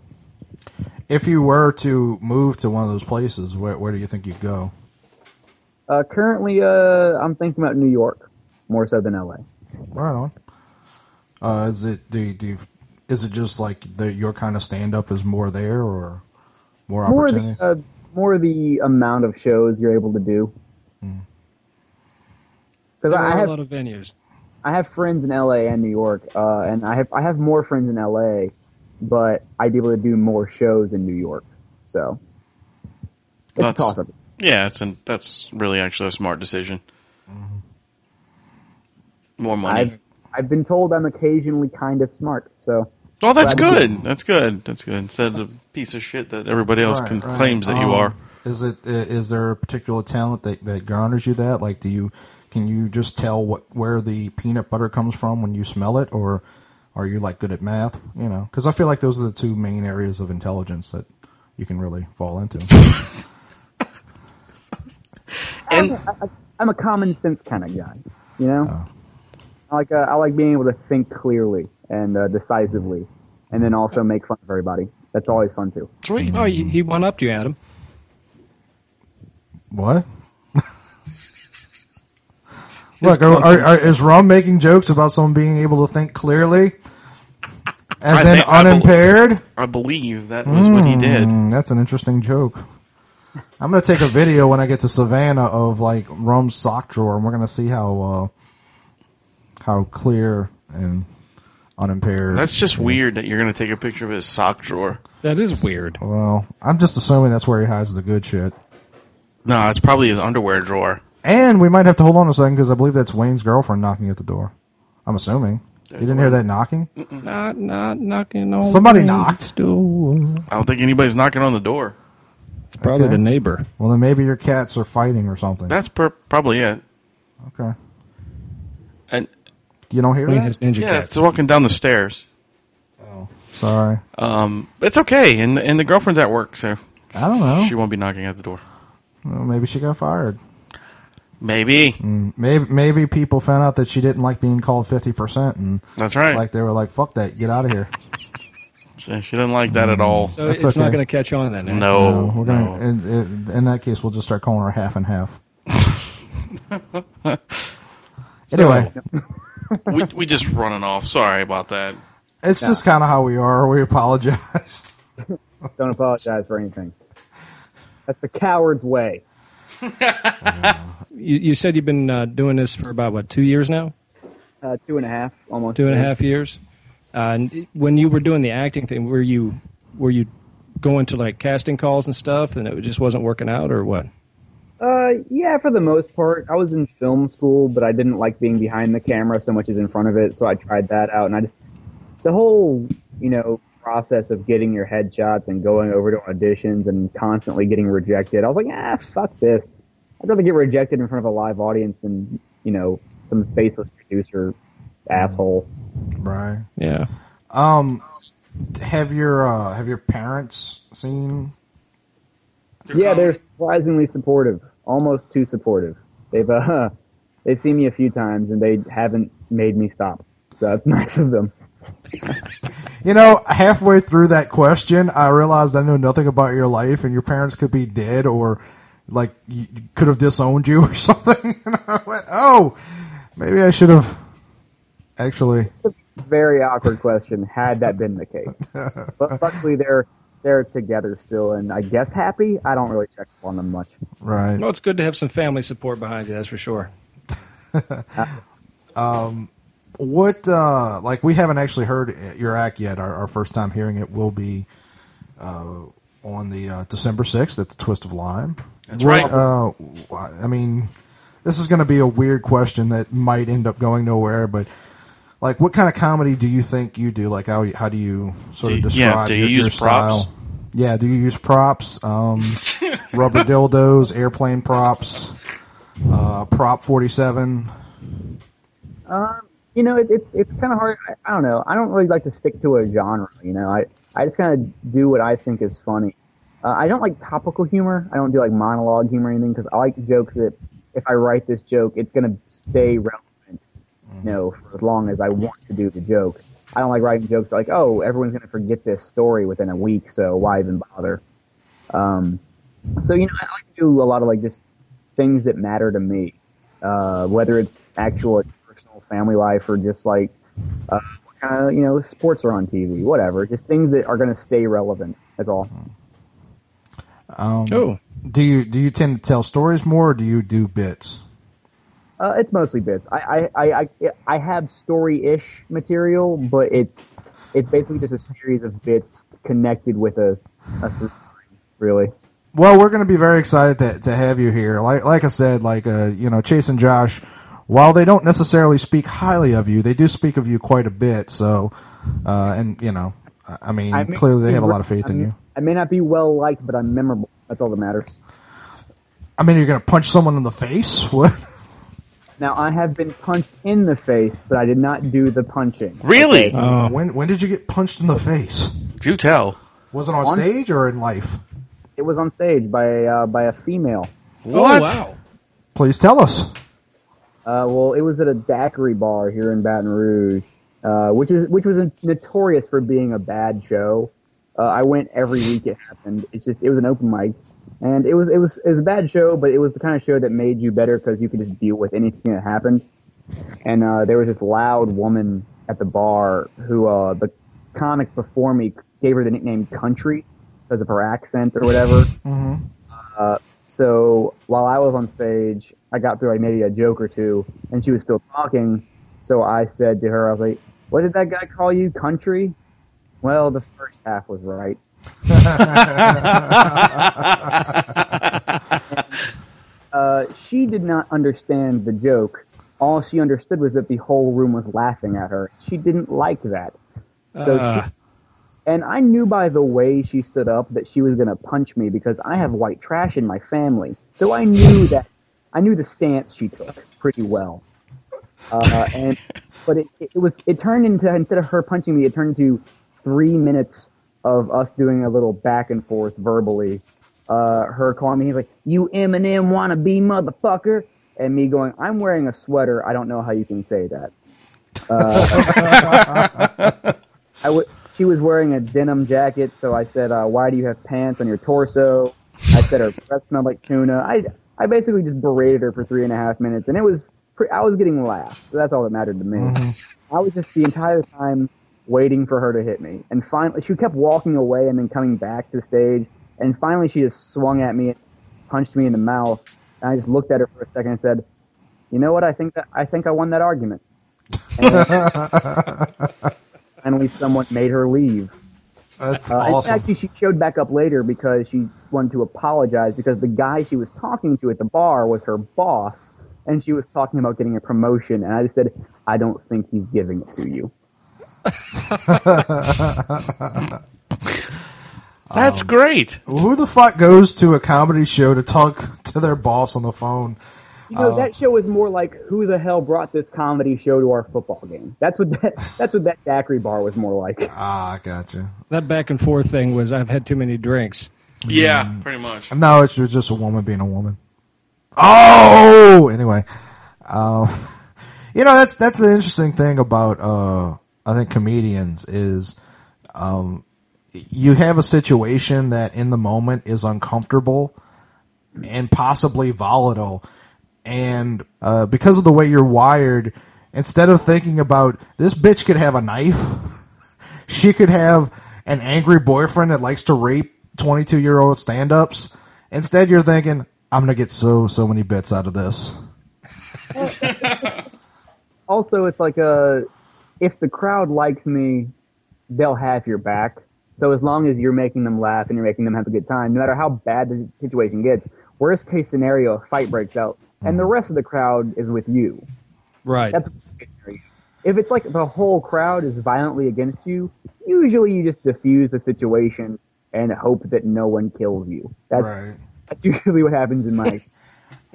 B: If you were to move to one of those places, where where do you think you'd go?
D: Uh, currently, uh, I'm thinking about New York more so than LA.
B: Right on. Uh, is it do you, do you, is it just like the, your kind of stand up is more there or more,
D: More
B: opportunity?
D: the uh, more the amount of shows you're able to do. Because
A: There
D: I
A: are a
D: have
A: lot of venues.
D: I have friends in LA and New York, uh, and I have I have more friends in LA, but I'd be able to do more shows in New York. So it's
C: That's-
D: a toss up.
C: Yeah, that's an, that's really actually a smart decision. More money.
D: I've I've been told I'm occasionally kind of smart, so
C: oh, that's
D: Glad to-
C: good. That's good. That's good. Instead of the piece of shit that everybody else
B: Right,
C: con-
B: right.
C: claims that
B: Um,
C: you are.
B: Is it i- is there a particular talent that, that garners you that? Like, do you can you just tell what where the peanut butter comes from when you smell it, or are you like good at math? You know, because I feel like those are the two main areas of intelligence that you can really fall into.
C: And
D: I'm a common sense kind of guy. You know,
B: Oh.
D: I like uh, I like being able to think clearly and uh, decisively, and then also make fun of everybody. That's always fun too.
C: sweet.
A: Oh, he, he one upped you, Adam.
B: what?
A: His
B: Look, are, are,
A: confidence-
B: are- is Rum making jokes about someone being able to think clearly, as
C: I
B: in
C: think- I bel-
B: unimpaired?
C: I believe that was what he did.
B: Mm, that's an interesting joke. I'm gonna take a video when I get to Savannah of like Rum's sock drawer, and we're gonna see how uh, how clear and unimpaired.
C: That's just weird that you're going to take a picture of his sock drawer.
A: That is weird.
B: well. I'm just assuming that's where he hides the good shit.
C: No, it's probably his underwear drawer.
B: And we might have to hold on a second because I believe that's Wayne's girlfriend knocking at the door. I'm assuming you didn't hear that knocking.
A: Not, not knocking on.
B: Somebody
A: the
B: knocked.
A: door.
C: I don't think anybody's knocking on the door.
A: It's probably
B: Okay.
A: the neighbor.
B: Well, then maybe your cats are fighting or something.
C: That's per- probably it.
B: okay.
C: And
B: You don't hear
A: Wayne
B: that?
A: has ninja
C: yeah,
A: cats.
C: it's walking down the stairs.
B: Sorry.
C: Oh. It's okay, and and the girlfriend's at work, so
B: I don't know.
C: she won't be knocking at the door.
B: Well, maybe she got fired.
C: Maybe
B: Maybe maybe people found out that she didn't like being called fifty percent, and
C: that's right.
B: like they were like, "Fuck that, get out of here."
C: she she didn't like that at all.
A: So
B: That's
A: it's not
B: okay.
A: going to catch on then. eh?
C: no,
B: we're
C: Oh, no.
B: gonna. In, in- in that case, we'll just start calling her half and half. anyway,
C: we we just running off. Sorry about that.
B: it's just kind of how we are. We apologize.
D: Don't apologize for anything. That's the coward's way.
A: You, you said you've been uh, doing this for about what two years now?
D: Uh, two and a half, almost
A: Two and a half years. Uh, and when you were doing the acting thing, were you were you going to like casting calls and stuff, and it just wasn't working out, or what?
D: Uh, yeah, for the most part. I was in film school, but I didn't like being behind the camera so much as in front of it, so I tried that out. And I just, the whole, you know, process of getting your headshots and going over to auditions and constantly getting rejected, I was like, ah, fuck this. I'd rather get rejected in front of a live audience than, you know, some faceless producer asshole.
B: Right?
A: Yeah.
B: Have your uh, have your parents seen?
D: Yeah, they're surprisingly supportive, almost too supportive. They've uh, they've seen me a few times and they haven't made me stop. So that's nice of them.
B: You know, halfway through that question, I realized I know nothing about your life, and your parents could be dead or like you you could have disowned you or something. And I went, "Oh, maybe I should have." Actually,
D: Very awkward question. Had that been the case, but luckily they're they're together still, and I guess happy. I don't really check up on them much.
B: right.
A: Well, it's good to have some family support behind you. That's for sure.
B: What uh like we haven't actually heard your act yet. Our, our first time hearing it will be uh on the uh, December sixth at the Twist of Lime.
C: That's right.
B: Uh, I mean, this is going to be a weird question that might end up going nowhere, but like, what kind of comedy do you think you do? Like, how how do you sort of
C: Do you-
B: describe?
C: yeah, do you
B: your,
C: use
B: your style?
C: props?
B: Yeah, do you use props? Um, rubber dildos, airplane props, uh, prop forty seven.
D: You know, it, it's it's kind of hard. I, I don't know. I don't really like to stick to a genre. You know, I I just kind of do what I think is funny. Uh, I don't like topical humor. I don't do like monologue humor or anything because I like jokes that if I write this joke, it's gonna stay relevant. You know, for as long as I want to do the joke. I don't like writing jokes like, oh, everyone's gonna forget this story within a week, so why even bother? Um, so you know, I like to do a lot of like just things that matter to me, uh, whether it's actual like, personal family life or just like uh, what kind of you know sports are on TV, whatever. Just things that are going to stay relevant. That's all.
B: Mm-hmm. Um,
A: Oh,
B: Do you do you tend to tell stories more, or do you do bits?
D: Uh, it's mostly bits. I I, I, I, I have story ish material, but it's it's basically just a series of bits connected with a, a through line, really.
B: Well, we're going to be very excited to, to have you here. Like like I said, like uh, you know, Chase and Josh, while they don't necessarily speak highly of you, they do speak of you quite a bit. So, uh, and you know, I I mean,
D: I may
B: clearly they
D: be
B: have a lot
D: re-
B: of faith
D: I
B: in
D: may-
B: you.
D: I may not be well liked, but I'm memorable. That's all that matters.
B: I mean, you're going to punch someone in the face? What?
D: Now I have been punched in the face, but I did not do the punching.
C: Really?
D: Okay?
B: when when did you get punched in the face?
C: Do tell.
B: Was it on,
D: On-
B: stage or in life?
D: It was on stage by uh, by a female.
A: Oh,
C: What?
A: wow.
B: Please tell us.
D: Uh, well, it was at a daiquiri bar here in Baton Rouge, uh, which is which was notorious for being a bad show. Uh, I went every week it happened. It's just it was an open mic, and it was it was it was a bad show, but it was the kind of show that made you better because you could just deal with anything that happened. And uh, there was this loud woman at the bar who uh, the comic before me gave her the nickname Country because of her accent or whatever. So while I was on stage, I got through like maybe a joke or two, and she was still talking. So I said to her, I was like, "What did that guy call you, country?" Well, the first half was right. uh, she did not understand the joke. All she understood was that the whole room was laughing at her. She didn't like that. So
A: Uh.
D: she, and I knew by the way she stood up that she was going to punch me because I have white trash in my family. So I knew that I knew the stance she took pretty well. Uh, and but it, it was it turned into instead of her punching me, it turned into three minutes of us doing a little back and forth verbally. Uh, her calling me, he's like, "You Eminem wannabe motherfucker," and me going, "I'm wearing a sweater. I don't know how you can say that." I w- she was wearing a denim jacket, so I said, uh, "Why do you have pants on your torso?" I said her breath smelled like tuna. I I basically just berated her for three and a half minutes, and it was pre- I was getting laughs, so that's all that mattered to me. I was just the entire time waiting for her to hit me, and finally she kept walking away and then coming back to the stage, and finally she just swung at me and punched me in the mouth, and I just looked at her for a second and said, "You know what? I think that I think I won that argument." And finally, someone made her leave.
B: That's
D: Uh, and
B: awesome.
D: Actually, she showed back up later because she wanted to apologize because the guy she was talking to at the bar was her boss, and she was talking about getting a promotion. And I just said, I don't think he's giving it to you.
C: That's great.
B: Who the fuck goes to a comedy show to talk to their boss on the phone?
D: You know, that show is more like who the hell brought this comedy show to our football game. That's what that, that's what that daiquiri bar was more like.
B: Ah, I gotcha.
A: that back and forth thing was I've had too many drinks.
C: Yeah, pretty much.
B: No, it's ju- just a woman being a woman. Oh, anyway, uh, you know that's that's the interesting thing about uh, I think comedians is um, you have a situation that in the moment is uncomfortable and possibly volatile, and uh, because of the way you're wired, instead of thinking about this bitch could have a knife she could have an angry boyfriend that likes to rape 22 year old stand ups. Instead, you're thinking, I'm going to get so, so many bits out of this.
D: also it's like a if the crowd likes me they'll have your back so as long as you're making them laugh and you're making them have a good time no matter how bad the situation gets worst case scenario a fight breaks out and the rest of the crowd is with you
A: Right.
D: that's worst case scenario. if it's like the whole crowd is violently against you usually you just diffuse the situation and hope that no one kills you that's that's usually what happens in my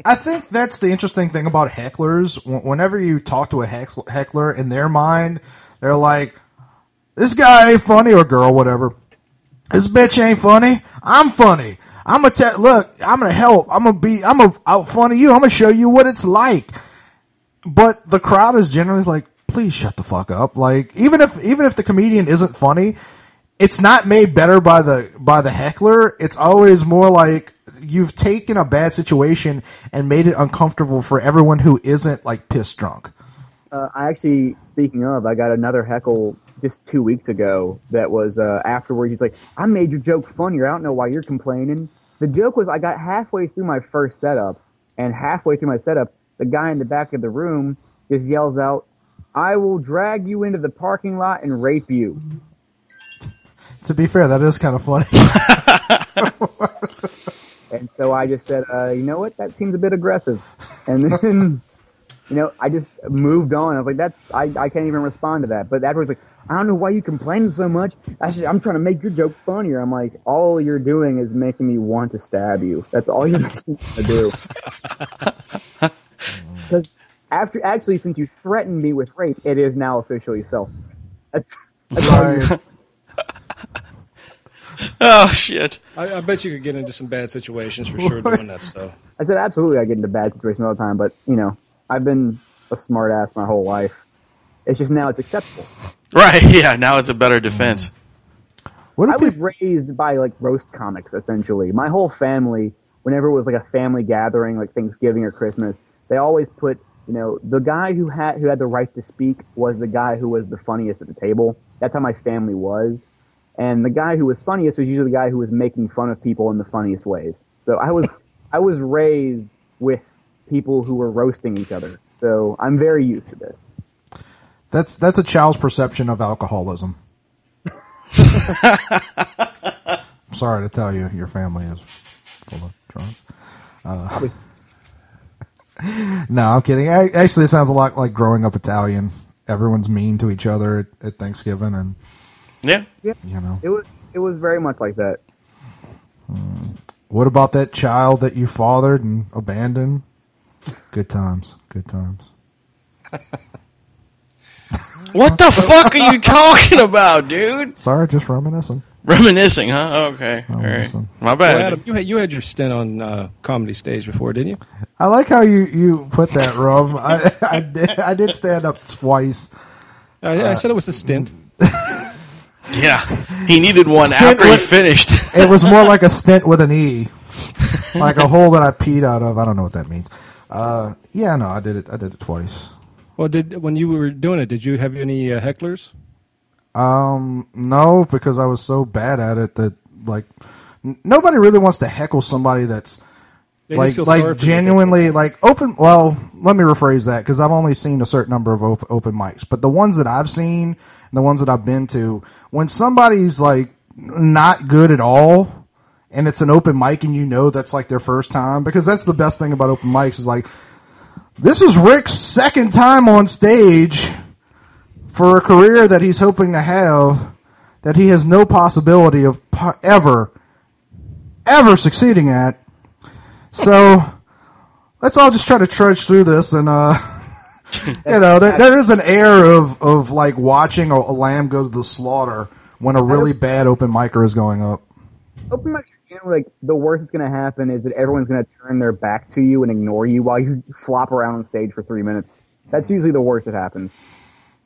B: I think that's the interesting thing about hecklers. Wh- Whenever you talk to a hex- heckler, in their mind, they're like, "This guy ain't funny or girl, whatever. This bitch ain't funny. I'm funny. I'm a te- look. I'm gonna help. I'm gonna be. I'm gonna out funny you. I'm gonna show you what it's like." But the crowd is generally like, "Please shut the fuck up." Like even if even if the comedian isn't funny, it's not made better by the by the heckler. It's always more like you've taken a bad situation and made it uncomfortable for everyone who isn't like piss drunk.
D: Uh, I actually, speaking of, I got another heckle just two weeks ago that was uh, afterwards. He's like, I made your joke funnier. I don't know why you're complaining. The joke was I got halfway through my first setup, and halfway through my setup, the guy in the back of the room just yells out, I will drag you into the parking lot and rape you.
B: To be fair, that is kind of funny.
D: And so I just said, uh, you know what? That seems a bit aggressive. And then, you know, I just moved on. I was like, that's, I, I can't even respond to that. But afterwards, like, I don't know why you complaining so much. I should, I'm trying to make your joke funnier. I'm like, all you're doing is making me want to stab you. That's all you're making me want to do. Because after, actually, since you threatened me with rape, it is now officially self. That's, that's all you're
B: Right.
C: Oh shit!
A: I, I bet you could get into some bad situations for sure doing that stuff.
D: I said, absolutely, I get into bad situations all the time, but you know, I've been a smart ass my whole life. It's just now it's acceptable.
C: Right? Yeah. Now it's a better defense.
B: What do
D: I was
B: peop-
D: raised by like roast comics essentially. My whole family, whenever it was like a family gathering, like Thanksgiving or Christmas, they always put, you know, the guy who had who had the right to speak was the guy who was the funniest at the table. That's how my family was. And the guy who was funniest was usually the guy who was making fun of people in the funniest ways. So I was I was raised with people who were roasting each other. So I'm very used to this.
B: That's that's a child's perception of alcoholism. I'm sorry to tell you, your family is full of drugs. Uh, no, I'm kidding. I, actually, it sounds a lot like growing up Italian. Everyone's mean to each other at, at Thanksgiving, and
C: Yeah.
B: you know.
D: It was it was very much like that.
B: What about that child that you fathered and abandoned? Good times, good times.
C: What the fuck are you talking about, dude?
B: Sorry, just reminiscing.
C: Reminiscing, huh? Okay.
B: Oh,
C: All right.
B: Reminiscing.
C: My
A: Well,
C: bad.
A: Adam, you had, you had your stint on uh, comedy stage before, didn't you?
B: I like how you, you put that, Rum. I, I, did, I did stand up twice.
A: I, I said it was a stint.
C: Yeah. He needed one
B: Stint
C: after he
B: with-
C: finished.
B: It was more like a stint with an E, like a hole that I peed out of. I don't know what that means. Uh, yeah, no, I did it. I did it twice.
A: Well, did when you were doing it, did you have any uh, hecklers?
B: Um, no, because I was so bad at it that like n- nobody really wants to heckle somebody that's
A: They just
B: like
A: feel sorry
B: like
A: for you.
B: genuinely like open. Well, let me rephrase that because I've only seen a certain number of op- open mics, but the ones that I've seen and the ones that I've been to, when somebody's like not good at all. And it's an open mic, and you know that's like their first time because that's the best thing about open mics is like this is Rick's second time on stage for a career that he's hoping to have that he has no possibility of po- ever, ever succeeding at. So let's all just try to trudge through this and, uh, you know, there, there is an air of, of like watching a, a lamb go to the slaughter when a really bad open micer is going up.
D: open mic you know, like the worst that's going to happen is that everyone's going to turn their back to you and ignore you while you flop around on stage for three minutes. That's usually the worst that happens.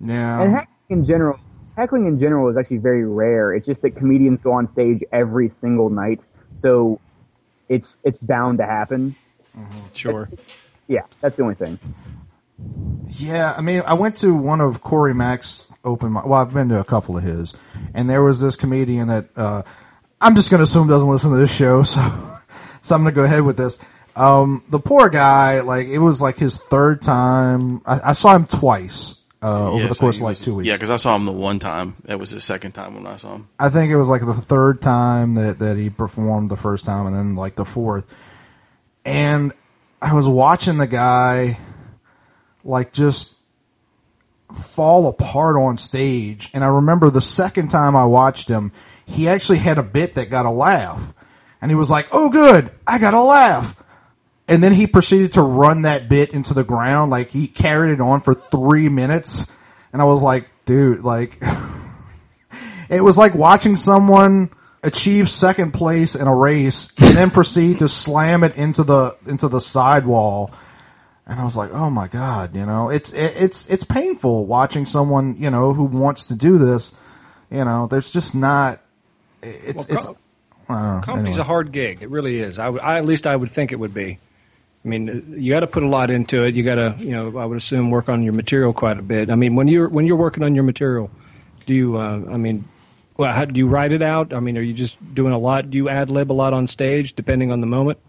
D: And
B: Yeah.
D: heckling in general, heckling in general is actually very rare. It's just that comedians go on stage every single night, so it's it's bound to happen.
A: Sure.
D: Yeah, that's the only thing.
B: Yeah, I mean, I went to one of Corey Mack's open. mi- Well, I've been to a couple of his, and there was this comedian that uh, I'm just going to assume doesn't listen to this show, so so I'm going to go ahead with this. Um, the poor guy, like it was like his third time. I, I saw him twice uh, over
C: Yeah,
B: the
C: so
B: course
C: he
B: of like
C: was-
B: two weeks.
C: Yeah, because I saw him the one time. That was the second time when I saw him.
B: I think it was like the third time that, that he performed the first time and then like the fourth. And I was watching the guy like just fall apart on stage. And I remember the second time I watched him, he actually had a bit that got a laugh. And he was like, Oh good, I got a laugh. And then he proceeded to run that bit into the ground. Like he carried it on for three minutes. And I was like, dude, like it was like watching someone achieve second place in a race and then proceed to slam it into the into the sidewall. And I was like, "Oh my god!" You know, it's it, it's it's painful watching someone you know who wants to do this. You know, there's just not. It's
A: Well,
B: it's
A: co-
B: I don't know.
A: Comedy's a
B: Anyway.
A: hard gig. It really is. I, would- I- at least I would think it would be. I mean, uh, you got to put a lot into it. You got to, you know, I would assume work on your material quite a bit. I mean, when you're when you're working on your material, do you? Uh, I mean, well, how, do you write it out? I mean, are you just doing a lot? Do you ad lib a lot on stage, depending on the moment?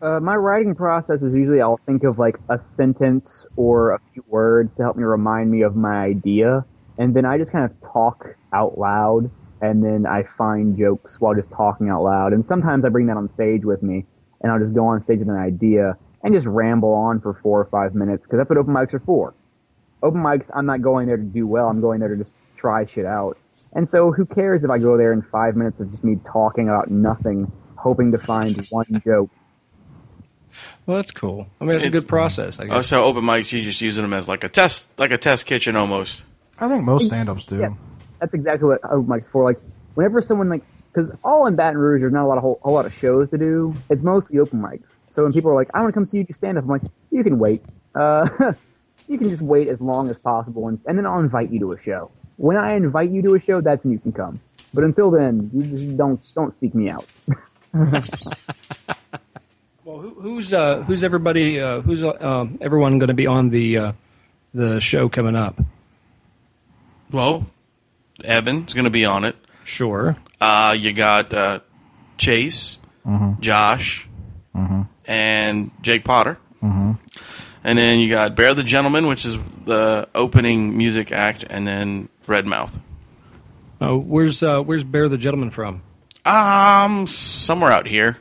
D: Uh, my writing process is usually I'll think of like a sentence or a few words to help me remind me of my idea, and then I just kind of talk out loud, and then I find jokes while just talking out loud. And sometimes I bring that on stage with me, and I'll just go on stage with an idea and just ramble on for four or five minutes because that's what open mics are for. Open mics, I'm not going there to do well. I'm going there to just try shit out. And so, who cares if I go there in five minutes of just me talking about nothing, hoping to find one joke.
A: Well, that's cool. I mean, it's, a
C: It's-
A: good process. I guess.
C: Oh, so open mics, you're just using them as like a test, like a test kitchen almost.
B: I think most stand-ups do.
D: Yeah, that's exactly what open mics for. Like, whenever someone like, because all in Baton Rouge, there's not a lot of whole, whole lot of shows to do. It's mostly open mics. So when people are like, "I want to come see you do stand up," I'm like, "You can wait. Uh, you can just wait as long as possible, and, and then I'll invite you to a show. When I invite you to a show, that's when you can come. But until then, you just don't don't seek me out.
A: Well, who, who's uh, who's everybody? Uh, who's uh, um, everyone going to be on the uh, the show coming up?
C: Well, Evan's going to be on it.
A: Sure.
C: Uh, you got uh, Chase, Josh, and Jake Potter. And then you got Bear the Gentleman, which is the opening music act, and then Redmouth.
A: Oh, where's uh, where's Bear the Gentleman from?
C: Um, somewhere out here.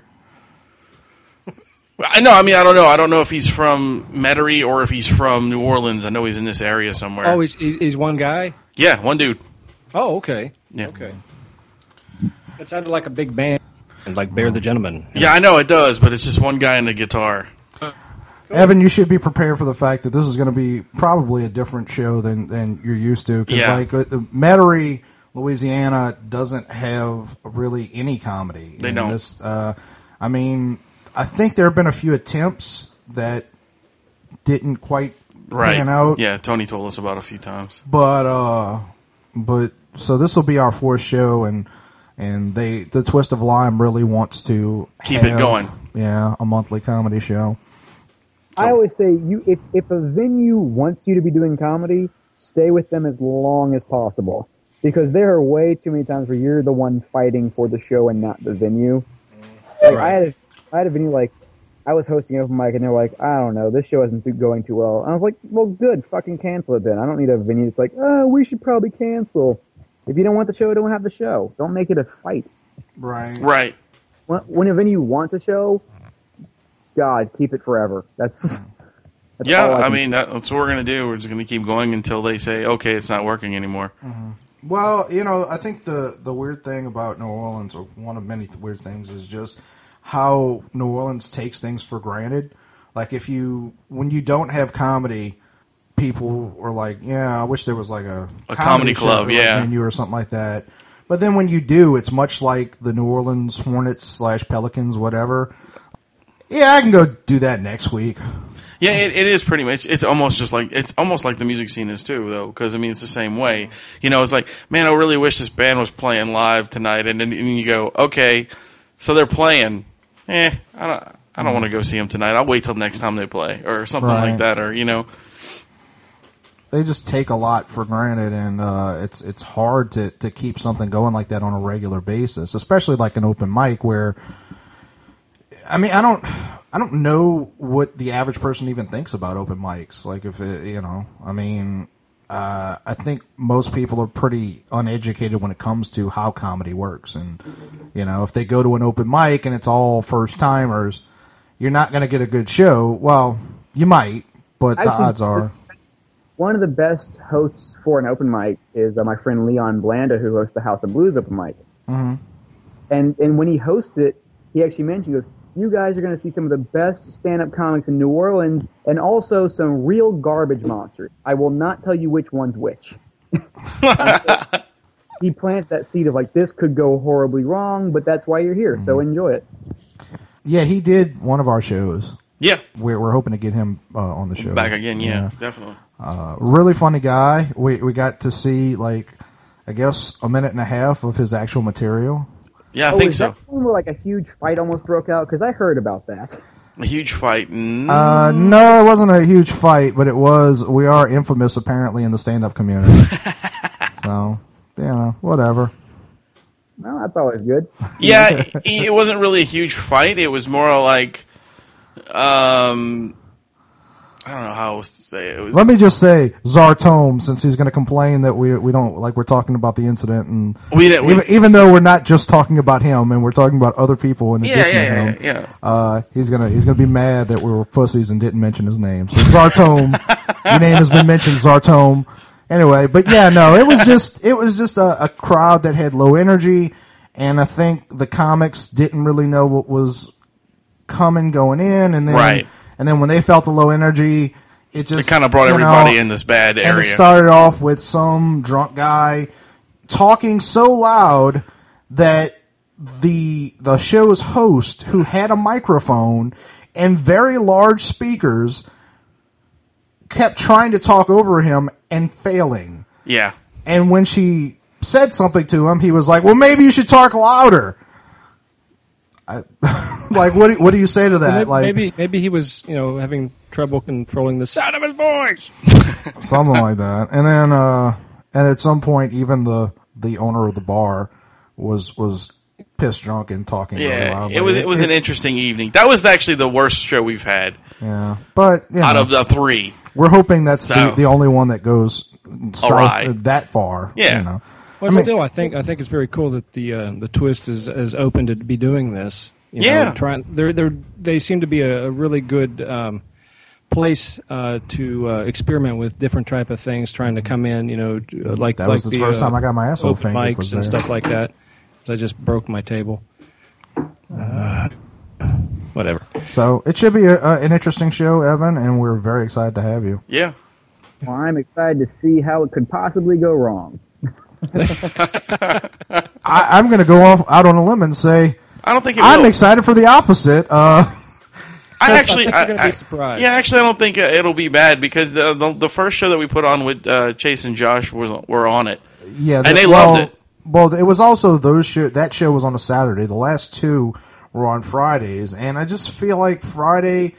C: I know. I mean, I don't know. I don't know if he's from Metairie or if he's from New Orleans. I know he's in this area somewhere.
A: Oh, he's, he's, he's one guy.
C: yeah, one dude.
A: Oh, okay.
C: Yeah.
A: Okay. It sounded like a big band, and like Bear the Gentleman.
C: Yeah, I know it does, but it's just one guy and a guitar.
B: Evan, you should be prepared for the fact that this is going to be probably a different show than, than you're used to. 'cause,
C: Yeah.
B: like uh, the Metairie, Louisiana doesn't have really any comedy.
C: They
B: And
C: don't.
B: This, uh, I mean, I think there have been a few attempts that didn't quite
C: Right.
B: pan out.
C: Yeah, Tony told us about a few times.
B: But uh, but so this will be our fourth show, and and they the twist of lime really wants to
C: Keep it
B: have,
C: going.
B: Yeah, a monthly comedy show.
D: I always say, you if if a venue wants you to be doing comedy, stay with them as long as possible because there are way too many times where you're the one fighting for the show and not the venue. Like I had a, I had a venue like I was hosting an open mic and they're like, I don't know, this show isn't do- going too well. And I was like, well, good, fucking cancel it then. I don't need a venue that's like, oh, we should probably cancel. If you don't want the show, don't have the show. Don't make it a fight
B: Right.
C: Right.
D: when, when a venue wants a show, God, keep it forever. That's, that's
C: Yeah,
D: all
C: I
D: can-
C: mean, that, that's what we're going to do. We're just going to keep going until they say, okay, it's not working anymore.
D: Mm-hmm.
B: Well, you know, I think the the weird thing about New Orleans, or one of many th- weird things, is just how New Orleans takes things for granted. Like if you when you don't have comedy, people are like, "Yeah, I wish there was like a
C: A comedy
B: show
C: club,
B: that was
C: yeah.
B: menu or something like that." But then when you do, it's much like the New Orleans Hornets slash Pelicans, whatever. Yeah, I can go do that next week.
C: Yeah, it, it is pretty much. It's almost just like it's almost like the music scene is too, though, because I mean, it's the same way. You know, it's like, man, I really wish this band was playing live tonight, and then and you go, okay, so they're playing. Eh, I don't, I
D: Mm-hmm.
C: don't want to go see them tonight. I'll wait till next time they play, or something like
B: Right.
C: that, or you know,
B: they just take a lot for granted, and uh, it's it's hard to, to keep something going like that on a regular basis, especially like an open mic where. I mean, I don't, I don't know what the average person even thinks about open mics. Like, if it, you know, I mean, uh, I think most people are pretty uneducated when it comes to how comedy works, and you know, if they go to an open mic and it's all first timers, you're not going to get a good show. Well, you might, but the
D: Actually,
B: odds are.
D: one of the best hosts for an open mic is uh, my friend Leon Blanda, who hosts the House of Blues open mic. Mm-hmm. And and when he hosts it, he actually mentioned, he goes, "You guys are going to see some of the best stand-up comics in New Orleans, and also some real garbage monsters. I will not tell you which one's which." he plants that seed of like, this could go horribly wrong, but that's why you're here, so
C: Mm-hmm.
D: enjoy it.
B: Yeah, he did one of our shows.
C: yeah,
B: We're, we're hoping to get him uh, on the show
C: back again, yeah, definitely.
B: Uh, really funny guy. We we got to see like I guess a minute and a half of his actual material.
C: Yeah, I
D: oh,
C: think
D: is
C: so.
D: That the one where like a huge fight almost broke out because I heard about that.
C: A huge fight. Mm,
B: Uh, no, it wasn't a huge fight, but it was. We are infamous apparently in the stand-up community. so, you know, whatever.
D: Well, that's always good.
C: yeah, it, it wasn't really a huge fight. It was more like, um, I don't know how else to say it. it was,
B: Let me just say, Zartome, since he's going to complain that we we don't like we're talking about the incident, and
C: We didn't. We,
B: even, even though we're not just talking about him and we're talking about other people in
C: yeah,
B: addition
C: yeah,
B: to
C: yeah,
B: him,
C: yeah, yeah.
B: Uh, he's gonna he's gonna be mad that we were pussies and didn't mention his name. So Zartome, your name has been mentioned, Zartome. Anyway, but yeah, no, it was just it was just a, a crowd that had low energy, and I think the comics didn't really know what was coming going in, and then
C: Right.
B: and then when they felt the low energy, it just
C: It kind of brought
B: you know,
C: everybody in this bad
B: and it
C: area.
B: started off with some drunk guy talking so loud that the the show's host, who had a microphone and very large speakers, kept trying to talk over him and failing.
C: yeah.
B: And when she said something to him, he was like, "Well, maybe you should talk louder." I, like, what do, what do you say to that?
A: Maybe,
B: like,
A: maybe maybe he was you know having trouble controlling the sound of his voice.
B: something like that. And then, uh, and at some point, even the the owner of the bar was was pissed drunk and talking. really
C: Yeah,
B: loudly.
C: it was it was an interesting evening. That was actually the worst show we've had
B: yeah, but you
C: out
B: know,
C: of the three.
B: we're hoping that's
C: So.
B: the, the only one that goes south uh,
C: Awry.
B: that far.
C: Yeah.
B: you know.
A: Well,
B: I mean-
A: still, I think I think it's very cool that the uh, the twist is is open to be doing this. You
C: Yeah.
A: know, trying they're, they're, they seem to be a, a really good um, place uh, to uh, experiment with different type of things, trying to come in. You know, to- uh, like
B: That
A: like uh,
B: was the first time I got my asshole
A: open
B: fingered was
A: mics and
B: there.
A: stuff like that. 'cause I just broke my table. Uh, whatever.
B: So it should be a, a, an interesting show, Evan, and we're very excited to have you.
C: Yeah,
D: Well, I'm excited to see how it could possibly go wrong.
B: I, I'm going to go off out on a limb and say
C: I don't think it
B: I'm
C: will.
B: excited for the opposite. Uh,
C: I actually,
A: I think
C: I,
A: you're gonna be
C: I-
A: surprised.
C: yeah, actually, I don't think uh, it'll be bad because the, the the first show that we put on with uh, Chase and Josh was were on it.
B: Yeah,
C: And they
B: well,
C: loved it.
B: Well, it was also those show. That show was on a Saturday. The last two were on Fridays, and I just feel like Friday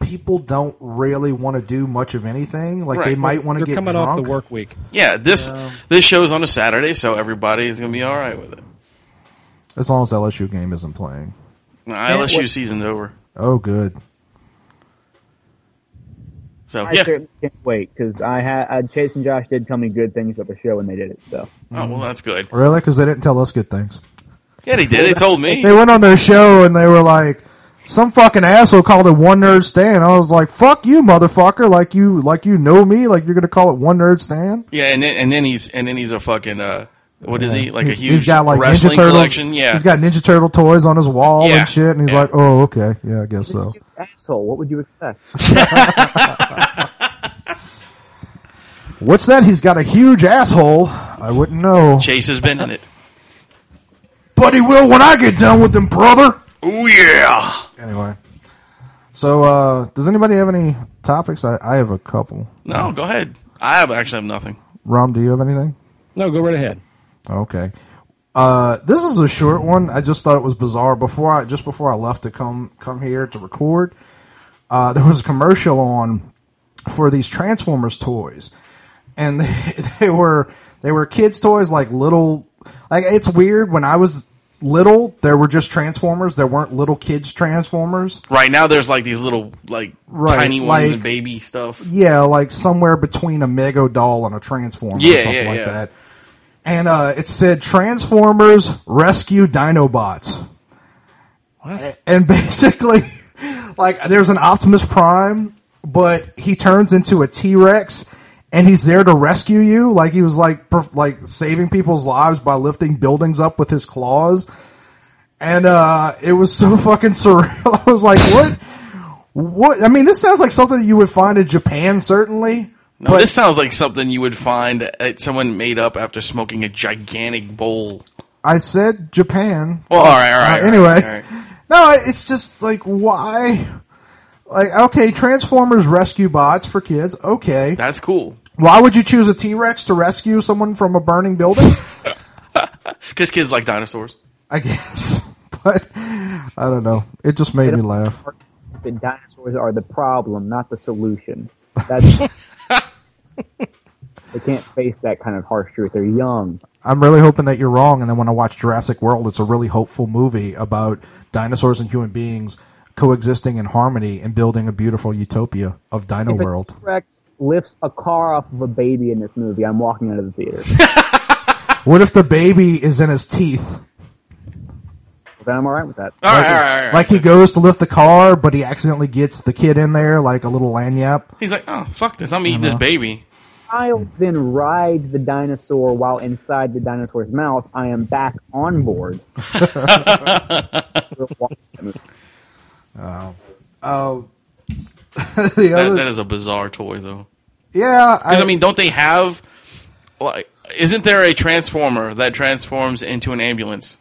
B: people don't really want to do much of anything. Like they
C: Right.
B: might want to
A: They're
B: get
A: coming
B: drunk.
A: off the work week.
C: Yeah, this this show's on a Saturday, so everybody is gonna be all right with it.
B: as long as the LSU game isn't playing.
C: Nah, LSU
D: what-
C: season's over,
B: Oh, good.
C: so
D: I
C: yeah.
D: certainly can't wait because I had uh, Chase and Josh did tell me good things of the show when they did it. So
C: Oh well, that's good.
B: Really? Because they didn't tell us good things.
C: Yeah, they did. They told me.
B: They went on their show and they were like. Some fucking asshole called it one nerd stand. I was like, "Fuck you, motherfucker! Like you, like you know me. Like you're gonna call it one nerd stand?
C: Yeah, and then and then he's and then he's a fucking uh, what is he like a
B: He's-
C: huge wrestling
B: Turtles,
C: collection? Yeah,
B: he's got Ninja Turtle toys on his wall
C: Yeah.
B: and shit, and he's
C: Yeah.
B: like, "Oh, okay, yeah, I guess so."
D: You asshole, what would you expect?
B: What's that? He's got a huge asshole. I wouldn't know,
C: Chase has been in it.
B: but he will when I get done with him, brother.
C: Oh yeah.
B: Anyway, so uh, does anybody have any topics? I, I have a couple.
C: No, go ahead. I have actually have nothing.
B: Rom, do you have anything?
A: No, go right ahead.
B: Okay. Uh, this is a short one. I just thought it was bizarre before I just before I left to come come here to record. Uh, there was a commercial on for these Transformers toys, and they, they were they were kids toys like little like it's weird. When I was little, there were just Transformers. There weren't little kids Transformers.
C: Right now, there's like these little like
B: Right,
C: tiny ones
B: like-
C: and baby stuff.
B: Yeah, like somewhere between a Mego doll and a Transformer
C: Yeah,
B: or something
C: yeah,
B: like
C: yeah.
B: that. And uh, it said Transformers Rescue Dinobots.
A: What?
B: And basically, like, there's an Optimus Prime, but he turns into a T Rex, and he's there to rescue you. Like he was like perf- like saving people's lives by lifting buildings up with his claws, and uh, it was so fucking surreal. I was like, what? What? I mean, this sounds like something you would find in Japan, certainly.
C: No, this sounds like something you would find at someone made up after smoking a gigantic bowl.
B: I said Japan.
C: Well, all right, all right.
B: Uh,
C: all
B: anyway,
C: right, all right.
B: no, it's just like why? Like okay, Transformers rescue bots for kids. Okay,
C: that's cool
B: why would you choose a T Rex to rescue someone from a burning building?
C: because kids like dinosaurs.
B: I guess. But I don't know. It just made me laugh.
D: The dinosaurs are the problem, not the solution. That's they can't face that kind of harsh truth. They're young.
B: I'm really hoping that you're wrong. And then when I watch Jurassic World, it's a really hopeful movie about dinosaurs and human beings coexisting in harmony and building a beautiful utopia of Dino
D: If a
B: World.
D: T-Rex lifts a car off of a baby in this movie, I'm walking out of the theater.
B: What if the baby is in his teeth?
D: then I'm all right with that.
C: All right, all right, all right.
B: Like he goes to lift the car, but he accidentally gets the kid in there like a little lanyap.
C: He's like, oh fuck this, I'm eating this baby.
D: child then rides the dinosaur while inside the dinosaur's mouth, I am back on board. We'll watch that movie.
B: Oh, the
C: That,
B: other,
C: that is a bizarre toy though.
B: yeah.
C: Because I mean, don't they have? Like, isn't there a transformer that transforms into an ambulance?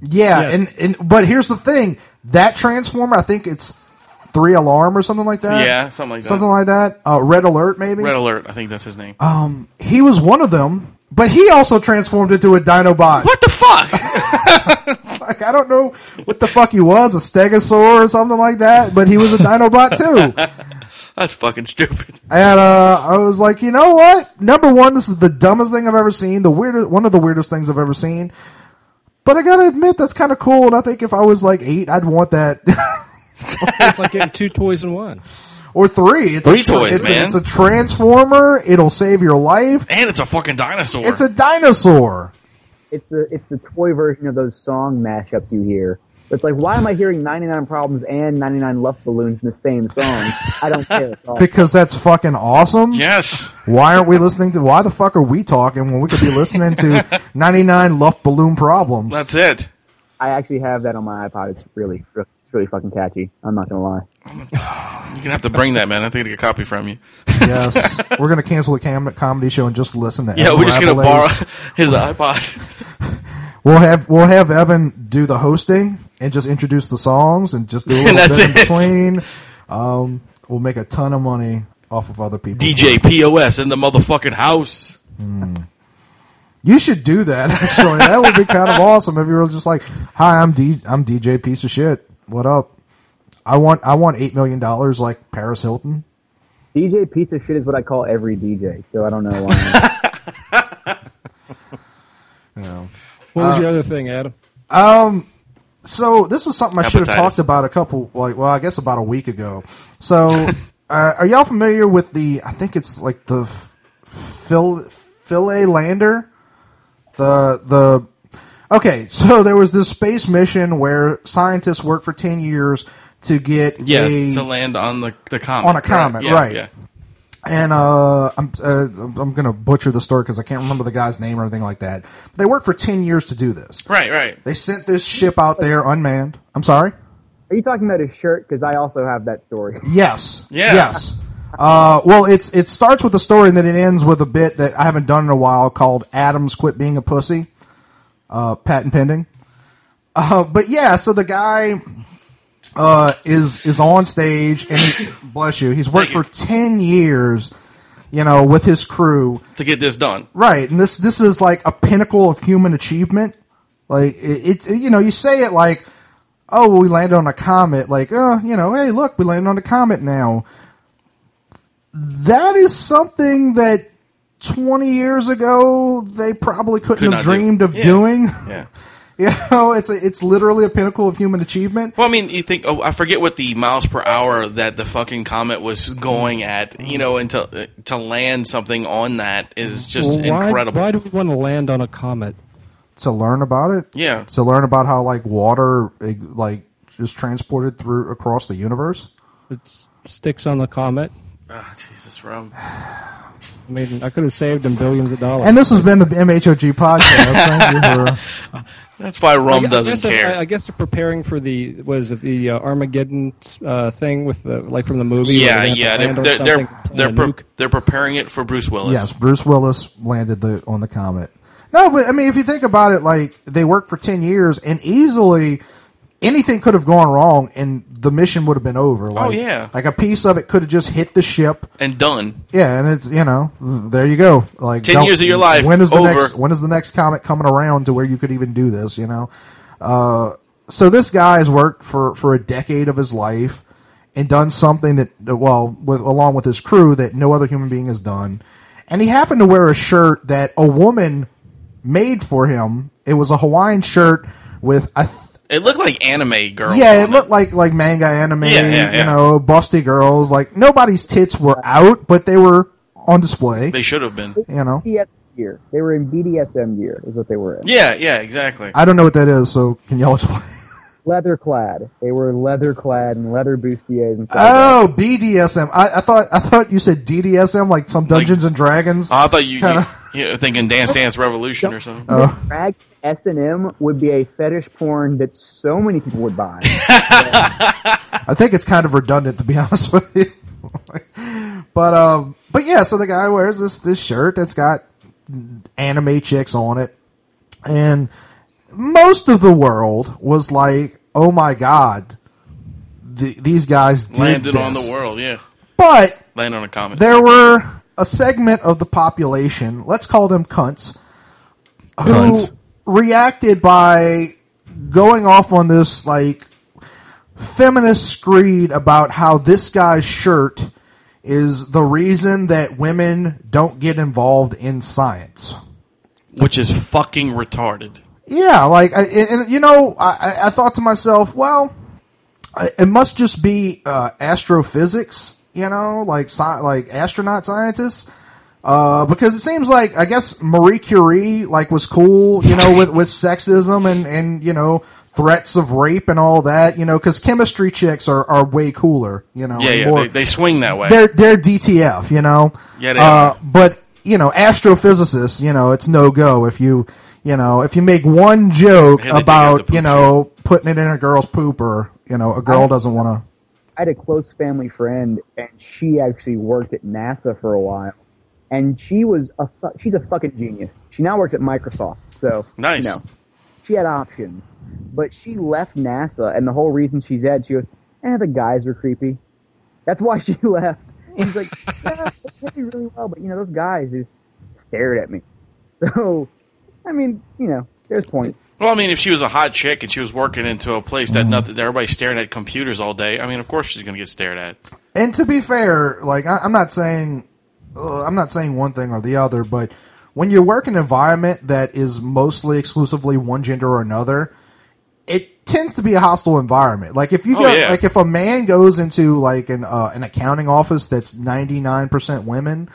B: Yeah,
A: Yes.
B: and, and but here's the thing: that transformer, I think it's three alarm or something like that.
C: yeah, Uh, something like Uh, that.
B: something like that. Uh, Red alert, maybe.
C: Red Alert, I think that's his name.
B: he was one of them, but he also transformed into a Dinobot.
C: what the fuck?
B: Like I don't know what the fuck he was—a Stegosaur or something like that. But he was a Dinobot too.
C: that's fucking stupid.
B: And uh, I was like, you know what? Number one, this is the dumbest thing I've ever seen. The weirdest, one of the weirdest things I've ever seen. But I gotta admit, that's kind of cool. And I think if I was like eight, I'd want that.
A: it's like getting two toys in one.
B: or three. It's
C: Three
B: a, tra-
C: toys,
B: it's
C: man.
B: A, it's a transformer. It'll save your life.
C: And it's a fucking dinosaur.
B: It's a dinosaur.
D: It's the it's the toy version of those song mashups you hear. It's like, why am I hearing 99 Problems and 99 Love Balloons in the same song? I don't care. It's all-
B: Because that's fucking awesome.
C: yes.
B: Why aren't we listening to? Why the fuck are we talking when we could be listening to 99 Luff Balloon Problems?
C: That's it.
D: I actually have that on my iPod. It's really, it's really fucking catchy. I'm not gonna lie.
C: You're gonna have to bring that, man. I think I get a copy from you.
B: yes. We're gonna cancel the cam- comedy show and just listen to.
C: Yeah,
B: Evan
C: we're just gonna
B: Rabelais.
C: borrow his iPod.
B: We'll have we'll have Evan do the hosting and just introduce the songs and just do a little
C: That's
B: bit in
C: it.
B: between. Um, we'll make a ton of money off of other people.
C: DJ POS in the motherfucking house.
B: You should do that. Actually, that would be kind of awesome if you were just like, "Hi, I'm D. I'm DJ piece of shit. What up? I want I want eight million dollars like Paris Hilton.
D: DJ piece of shit is what I call every DJ, so I don't know why.
B: You know.
A: What
B: Uh,
A: was the other thing, Adam?
B: So this was something I should have
C: Hepatitis.
B: talked about a couple like well, I guess about a week ago. So uh, are y'all familiar with the? I think it's like the Phil Philae Lander. The the okay. So there was this space mission where scientists worked for ten years to get
C: Yeah,
B: a-
C: to land on the the comet.
B: On a comet,
C: Yeah,
B: right.
C: yeah.
B: and uh, I'm uh, I'm gonna butcher the story because I can't remember the guy's name or anything like that. They worked for ten years to do this.
C: Right, right.
B: They sent this ship out there unmanned. I'm sorry.
D: Are you talking about his shirt? Because I also have that story.
B: Yes.
C: Yeah.
B: Yes. Uh, well, it's it starts with a story and then it ends with a bit that I haven't done in a while called "Adams Quit Being a Pussy," uh, patent pending. Uh, but yeah, so the guy uh, is is on stage and he, bless you, he's worked
C: Thank you.
B: for ten years, you know, with his crew.
C: To get this done.
B: Right, and this this is like a pinnacle of human achievement. Like it- it's you know you say it like, oh we landed on a comet. Like oh you know hey look we landed on a comet now. That is something that twenty years ago they probably couldn't
C: Could
B: have
C: not do.
B: dreamed of
C: Yeah.
B: doing.
C: Yeah.
B: You know it's a, it's literally a pinnacle of human achievement.
C: Well, I mean, you think oh, I forget what the miles per hour that the fucking comet was going at, you know, and to to land something on that is just
A: Well, why,
C: incredible.
A: Why do we want to land on a comet?
B: To learn about it,
C: Yeah,
B: to learn about how like water eh, like is transported through across the universe.
A: It s- sticks on the comet.
C: Ah, Jesus, Rome.
A: I mean, I could have saved them billions of dollars.
B: And this has been the MHOG podcast. Thank you for-
C: That's why Rome doesn't
A: guess if-
C: care.
A: I, I guess they're preparing for the was it the uh, Armageddon uh, thing with the like from the movie. where
C: yeah,
A: they have to
C: yeah, they're
A: land on
C: they're
A: something
C: they're,
A: and plant
C: they're,
A: a
C: pre-
A: nuke.
C: they're preparing it for Bruce Willis.
B: yes, Bruce Willis landed the on the comet. No, but I mean, if you think about it, like they worked for ten years, and easily anything could have gone wrong, and the mission would have been over. Like,
C: yeah.
B: like a piece of it could have just hit the ship.
C: and done.
B: Yeah, and it's you know there you go. Like
C: 10
B: don't-
C: years of your life,
B: When is the
C: over.
B: next? When is the next comet coming around to where you could even do this? You know, Uh, so this guy has worked for, for a decade of his life and done something that that, well with, along with his crew that no other human being has done and he happened to wear a shirt that a woman made for him it was a hawaiian shirt with i th-
C: It looked like anime girl.
B: yeah it looked like like manga anime
C: Yeah, yeah,
B: you
C: yeah.
B: know busty girls like nobody's tits were out but they were on display
C: They should have been.
B: you know
D: BDS gear. They were in BDSM gear, is what they were in.
C: Yeah, yeah, exactly.
B: i don't know what that is so can y'all explain
D: Leather clad. They were leather clad and leather bustiers and stuff.
B: Oh, BDSM. I, I thought I thought you said DDSM, like some Dungeons and Dragons.
C: Oh, I thought you, you,
B: Kinda.
C: you were thinking Dance Dance Revolution or
A: Uh,
C: something.
B: Oh.
D: Rag S and M would be a fetish porn that so many people would buy.
B: I think it's kind of redundant to be honest with you. but um, but yeah. So the guy wears this this shirt that's got anime chicks on it, and most of the world was like, "Oh my god, the, these guys did
C: Landed on
B: this."
C: the world, yeah.
B: But
C: Landed on a comet.
B: there were a segment of the population, let's call them cunts, who
C: Cunts.
B: reacted by going off on this like feminist screed about how this guy's shirt is the reason that women don't get involved in science.
C: which is fucking retarded.
B: Yeah, like, I, and and, you know, I, I- I thought to myself, well, I- it must just be uh, astrophysics, you know, like sci- like astronaut scientists, uh, because it seems like I guess Marie Curie like was cool, you know, with with sexism and and you know threats of rape and all that, you know, because chemistry chicks are, are way cooler, you know,
C: Yeah,
B: and
C: yeah,
B: more-
C: they, they swing that way.
B: they're they're DTF, you know.
C: Yeah, they
B: uh,
C: are.
B: But you know, astrophysicists, you know, it's no go if you you know if you make one joke
C: Yeah, they dig out
B: about
C: the
B: you
C: poop
B: know putting it in a girl's poop or you know a girl
D: I-
B: doesn't want to.
D: I had a close family friend, and she actually worked at NASA for a while, and she was a fu- she's a fucking genius. She now works at Microsoft, so
C: Nice.
D: You know, she had options, but she left NASA, and the whole reason she's at she goes, "Eh, the guys are creepy." That's why she left. And she's like, "Yeah, they pay really well, but you know those guys just stared at me." So, I mean, you know, there's points.
C: Well, I mean, if she was a hot chick and she was working into a place that nothing, that everybody's staring at computers all day, I mean, of course she's going to get stared at.
B: And to be fair, like I, I'm not saying uh, I'm not saying one thing or the other, but when you work in an environment that is mostly exclusively one gender or another, it tends to be a hostile environment. Like if you
C: Oh,
B: go,
C: yeah.
B: like if a man goes into like an uh, an accounting office that's 99% women,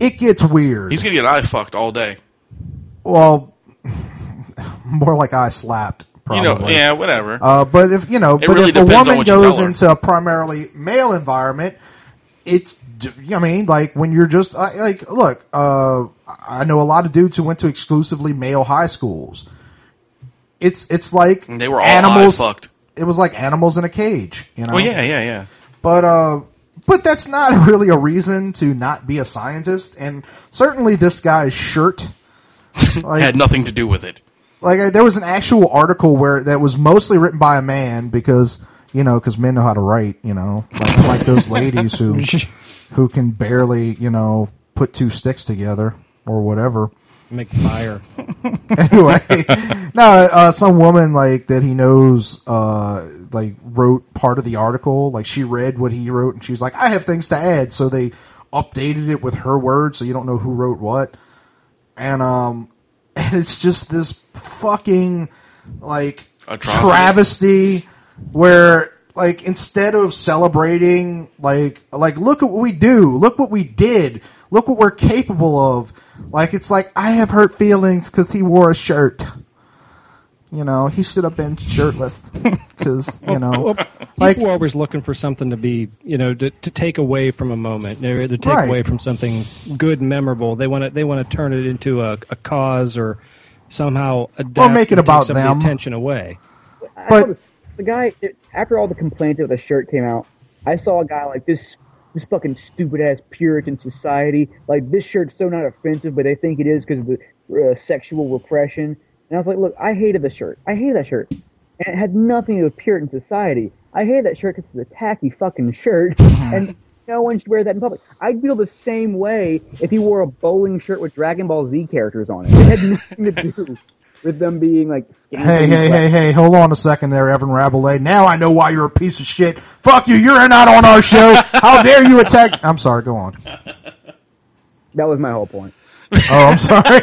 B: it gets weird.
C: He's going to get eye fucked all day.
B: well, more like I slapped. Probably.
C: You know, yeah, whatever.
B: Uh, but if you know, but
C: really
B: if a
C: depends
B: woman
C: on what you tell
B: goes
C: her.
B: into a primarily male environment, it's. d- I mean, like when you're just I- like, look, uh, I know a lot of dudes who went to exclusively male high schools. It's it's like
C: And they were all
B: animals.
C: eye fucked.
B: It was like animals in a cage, you know.
C: Well, yeah, yeah, yeah.
B: But uh, but that's not really a reason to not be a scientist, and certainly this guy's shirt. Like,
C: Had nothing to do with it.
B: like I, there was an actual article where that was mostly written by a man because you know because men know how to write you know like, like those ladies who who can barely you know put two sticks together or whatever
A: McFire.
B: anyway no uh, some woman like that he knows uh like wrote part of the article like she read what he wrote and she was like i have things to add so they updated it with her words so you don't know who wrote what and um and it's just this fucking like
C: Atrocity.
B: travesty where like instead of celebrating like like look at what we do look what we did look what we're capable of like it's like i have hurt feelings because he wore a shirt you know he should have been shirtless because you know
A: Well, people
B: Like-
A: are always looking for something to be, you know, to, to take away from a moment, They're- to take
B: Right.
A: away from something good, memorable. They want to they want to turn it into a, a cause or somehow adapt
B: make
A: and take
B: it about
A: some of the
B: them.
A: attention away.
D: I
B: But-
D: saw this- the guy, it- after all the complaints of the shirt came out, I saw a guy like this, this fucking stupid ass Puritan society. Like this shirt's so not offensive, but they think it is because of the uh, sexual repression. And I was like, look, I hated the shirt. I hated that shirt, and it had nothing to do with Puritan society. I hated that shirt because it's a tacky fucking shirt,
B: Mm-hmm.
D: and no one should wear that in public. I'd feel the same way if he wore a bowling shirt with Dragon Ball Z characters on it. It had nothing to do with them being like scantily
B: Hey, hey, hey, hey, hold on a second there, Evan Rabelais. Now I know why you're a piece of shit. Fuck you, you're not on our show. How dare you attack. I'm sorry, go on.
D: That was my whole point.
B: Oh, I'm sorry.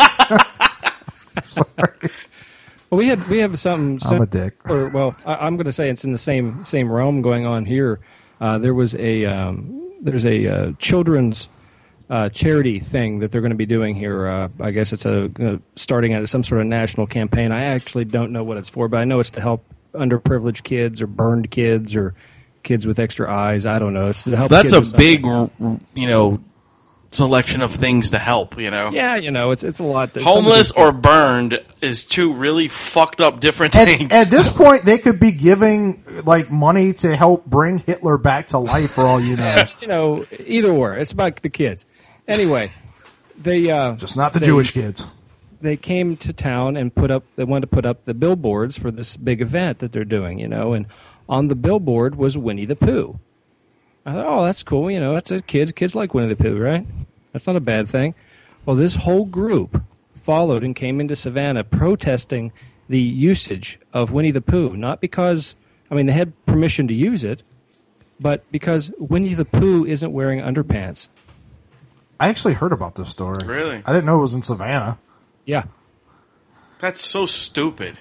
A: Well, we had we have something.
B: I'm a dick.
A: Or, well, I, I'm going to say it's in the same same realm going on here. Uh, there was a um, there's a uh, children's uh, charity thing that they're going to be doing here. Uh, I guess it's a uh, starting at some sort of national campaign. I actually don't know what it's for, but I know it's to help underprivileged kids or burned kids or kids with extra eyes. I don't know. It's to help.
C: That's
A: kids
C: a
A: with something.
C: big, r- r- you know, selection of things to help. You know,
A: Yeah, you know, it's it's a lot. that- some of
C: homeless
A: these
C: or
A: kids-
C: burned is two really fucked up different things.
B: At, at this point, they could be giving like money to help bring Hitler back to life, for all you know.
A: you know, either or. It's about the kids. Anyway, they uh,
B: Just not the
A: they-
B: Jewish kids.
A: they came to town and put up they wanted to put up the billboards for this big event that they're doing, you know, and on the billboard was Winnie the Pooh. I thought, oh, that's cool, you know, that's a kids kids like Winnie the Pooh, right? That's not a bad thing. Well, this whole group followed and came into Savannah protesting the usage of Winnie the Pooh, not because I mean they had permission to use it, but because Winnie the Pooh isn't wearing underpants.
B: I actually heard about this story.
C: Really?
B: I didn't know it was in Savannah.
A: Yeah.
C: That's so stupid.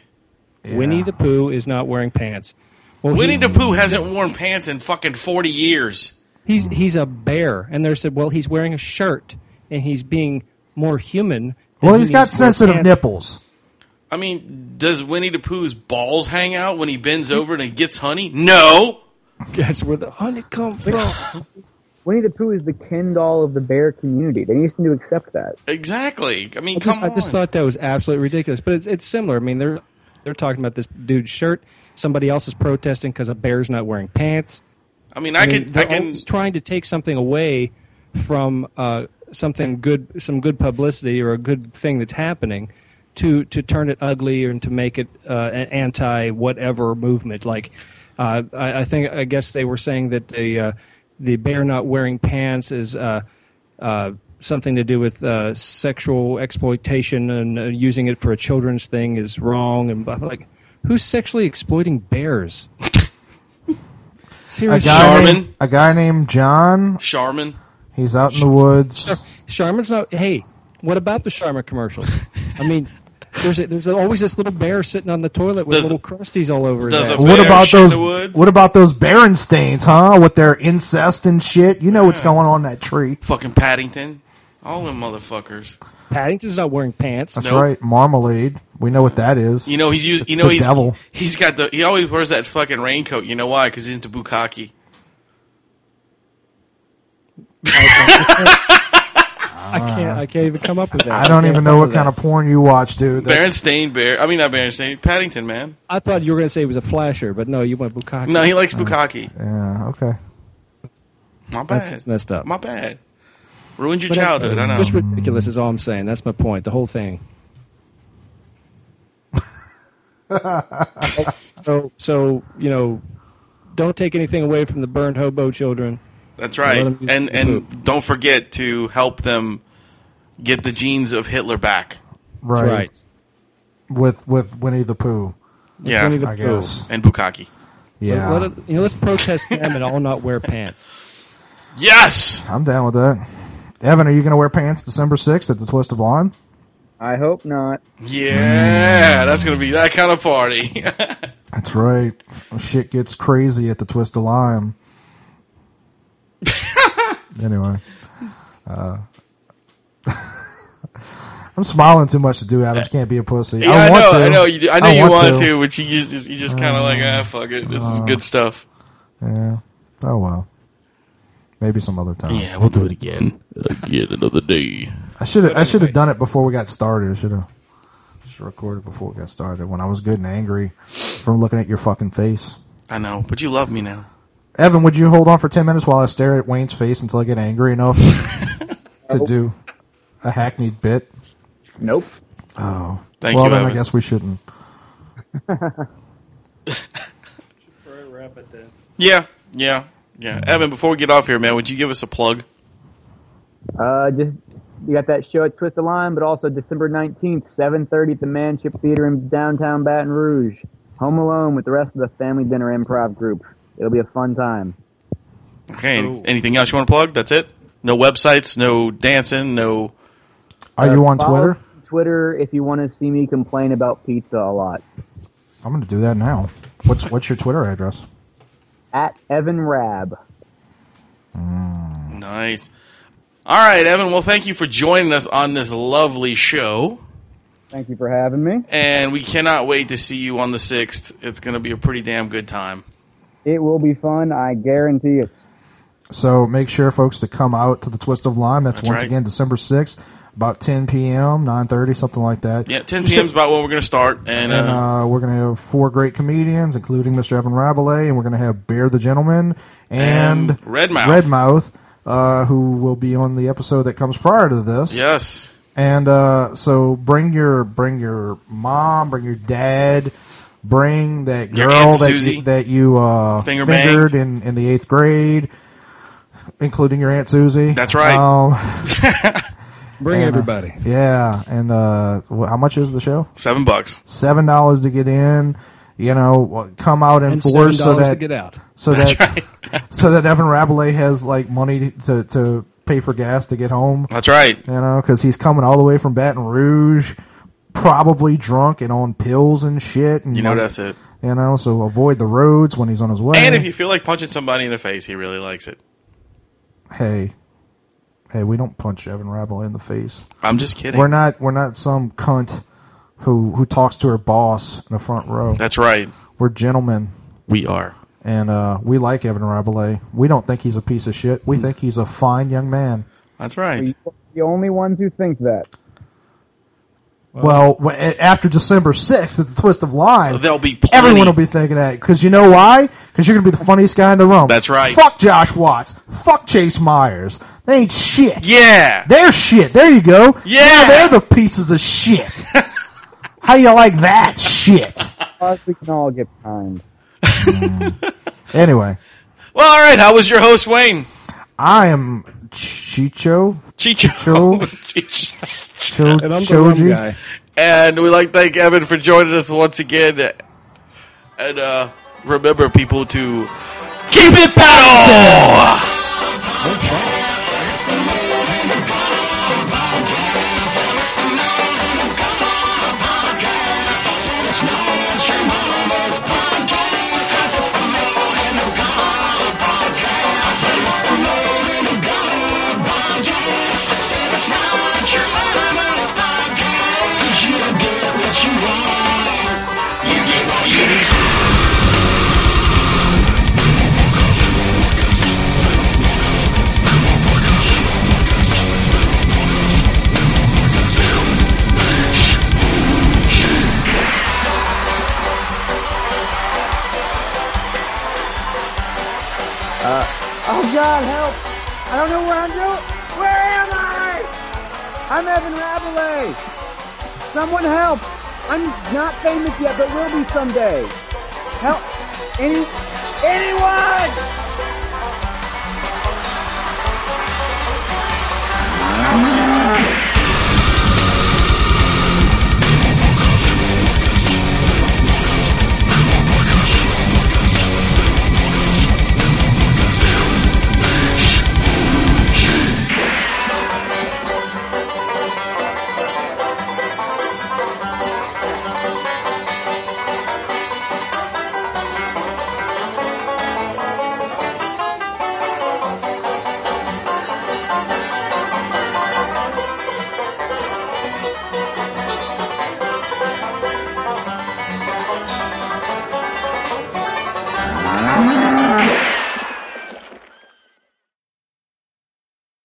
A: Winnie
B: Yeah.
A: the Pooh is not wearing pants. Well, he-
C: Winnie the Pooh hasn't worn pants in fucking forty years.
B: Hmm.
A: He's he's a bear, and they said, well, he's wearing a shirt, and he's being more human. than
B: Well,
A: he
B: he's got
A: is to wear
B: sensitive
A: pants.
B: nipples.
C: I mean, does Winnie the Pooh's balls hang out when he bends over and he gets honey? No.
A: That's where the honey come from.
D: Winnie the Pooh is the Ken doll of the bear community. They need to accept that.
C: Exactly. I mean,
A: I just,
C: come
A: I just
C: on.
A: thought that was absolutely ridiculous, but it's it's similar. I mean, they're they're talking about this dude's shirt. Somebody else is protesting because a bear's not wearing pants.
C: I mean, I,
A: I mean,
C: could. I
A: they're
C: can.
A: always trying to take something away from uh, something good, some good publicity or a good thing that's happening, to to turn it ugly and to make it uh, an anti whatever movement. Like, uh, I, I think I guess they were saying that the uh, the bear not wearing pants is. Uh, uh, Something to do with uh, sexual exploitation and uh, using it for a children's thing is wrong. And I'm like, who's sexually exploiting bears?
B: A
A: Seriously,
B: guy,
C: Charmin.
B: named, a guy named John.
C: Charmin.
B: He's out in the woods.
A: Charmin's not. Hey, what about the Charmin commercials? I mean, there's a, there's always this little bear sitting on the toilet with
C: Does-
A: little crusties all over
C: does
A: his
C: a
A: ass.
B: What
C: Bear
B: about
C: shit in
B: those?
C: the woods?
B: What about those Baron stains, huh? With their incest and shit. You know what's going on in that tree.
C: Fucking Paddington. All them motherfuckers.
A: Paddington's not wearing pants.
B: That's
C: Nope.
B: right. Marmalade. We know what that is.
C: You know he's used.
B: It's
C: You know
B: the
C: he's.
B: devil.
C: He's got the. He always wears that fucking raincoat. You know why? Because he's into bukkake.
A: I can't. I can't even come up with that.
B: I don't
A: can't
B: even know what
A: follow that.
B: kind of porn you watch, dude. That's-
C: Berenstain Bear. I mean, not Berenstain. Paddington, man.
A: I thought you were going to say he was a flasher, but no, you went bukkake.
C: No, he likes bukkake.
B: Yeah. Okay.
C: My bad.
A: that's it's messed up.
C: My bad. Ruined your
A: But that-
C: childhood. I know.
A: Just ridiculous is all I'm saying. That's my point. The whole thing. so so you know, don't take anything away from the burned hobo children.
C: That's right.
A: Let 'em use
C: And
A: the
C: and don't forget to help them get the genes of Hitler back.
A: That's
B: Right.
A: right.
B: With with Winnie the Pooh.
C: Yeah.
A: Winnie the
B: I
A: Pooh.
B: guess.
C: and bukkake.
B: Yeah.
A: Let- let- you know, let's protest them and all not wear pants.
C: Yes.
B: I'm down with that. Evan, are you going to wear pants December 6th at the Twist of Lawn?
D: I hope not.
C: Yeah. That's gonna be that kind of party.
B: That's right. Shit gets crazy at the Twist of Lime. anyway. Uh, I'm smiling too much to do, Adams. Can't be a pussy.
C: Yeah, I,
B: I, want
C: know,
B: to.
C: I know, you do. I know
B: I
C: you
B: want
C: want,
B: to.
C: to. but you just you just kind of like ah fuck it. This is good stuff.
B: Yeah. Oh, well. Maybe some other time.
C: we'll do it again. Again another day.
B: I should have. I should have done it before we got started. I should have just recorded before we got started when I was good and angry from looking at your fucking face.
C: I know, but you love me now.
B: Evan, would you hold on for ten minutes while I stare at Wayne's face until I get angry enough to do a hackneyed bit?
D: Nope.
B: Oh,
C: Thank
B: well,
C: you,
B: then I
C: Evan.
B: guess we shouldn't.
C: Yeah, yeah, yeah. Evan, before we get off here, man, would you give us a plug?
D: Uh, just you got that show at Twist the Line, but also December 19th, 7.30 at the Manship Theater in downtown Baton Rouge. Home Alone with the rest of the Family Dinner Improv group. It'll be a fun time.
C: Okay. Anything else you want to plug? That's it. No websites. No dancing. No.
B: Are you on
D: Uh, Follow
B: Twitter?
D: Twitter if you want to see me complain about pizza a lot.
B: I'm going to do that now. What's what's your Twitter address?
D: At Evan Rab.
C: Nice. All right, Evan. Well, thank you for joining us on this lovely show,
D: Thank you for having me.
C: and we cannot wait to see you on the sixth. It's going to be a pretty damn good time.
D: It will be fun, I guarantee it.
B: So make sure, folks, to come out to the Twist of Lime. That's,
C: That's
B: once
C: right.
B: again December 6th, about 10 p.m., 9.30, something like that.
C: Yeah, 10 p.m. is about when we're going to start, and
B: And
C: uh,
B: uh, we're going to have four great comedians, including Mr. Evan Rabelais, and we're going to have Bear the Gentleman and,
C: And Redmouth.
B: Redmouth, uh, who will be on the episode that comes prior to this.
C: yes,
B: And uh, so bring your bring your mom, bring your dad, bring that
C: Your
B: girl
C: Aunt
B: that
C: Susie.
B: you, that you uh,
C: Finger
B: fingered in, in the eighth grade, including your aunt Susie.
C: That's right.
B: Um,
A: Bring everybody.
B: yeah, and uh, wh- how much is the show?
C: seven bucks.
B: Seven dollars to get in. You know, wh- come out in
A: And
B: force
A: seven
B: so
A: dollars
B: that
A: to get out.
B: so that so that Evan Rabelais has like money to to pay for gas to get home.
C: That's right.
B: you know, because he's coming all the way from Baton Rouge, probably drunk and on pills and shit. And
C: You know
B: like,
C: that's it.
B: You know, so avoid the roads when he's on his way.
C: And if you feel like punching somebody in the face, he really likes it.
B: hey, hey, we don't punch Evan Rabelais in the face.
C: I'm just kidding.
B: We're not, we're not some cunt who who talks to her boss in the front row.
C: That's right.
B: We're gentlemen,
C: We are.
B: and uh, we like Evan Rabelais. We don't think he's a piece of shit.
A: Hmm.
B: We think he's a fine young man.
C: That's right.
D: You're the only ones who think that.
B: Well, w- a- after December 6th, at the twist of line,
C: There'll be plenty.
B: Everyone will be thinking that because you know why? Because you're going to be the funniest guy in the room.
C: That's right.
B: Fuck Josh Watts. Fuck Chase Myers. They ain't shit.
C: Yeah.
B: They're shit. There you go.
C: Yeah.
B: Now they're the pieces of shit. How you like that shit?
D: Us, we can all get behind.
B: Anyway,
C: Well, all right. How was your host, Wayne?
B: I am Chicho Chicho.
C: Chicho. Chicho.
B: Cho,
A: And I'm the rum
B: Choji.
A: guy.
C: And we like to thank Evan for joining us once again. And uh, remember, people, to keep it paddle.
D: Oh God, help! I don't know where I'm going. Where am I? I'm Evan Rabelais. Someone help! I'm not famous yet, but will be someday. Help! Any, anyone!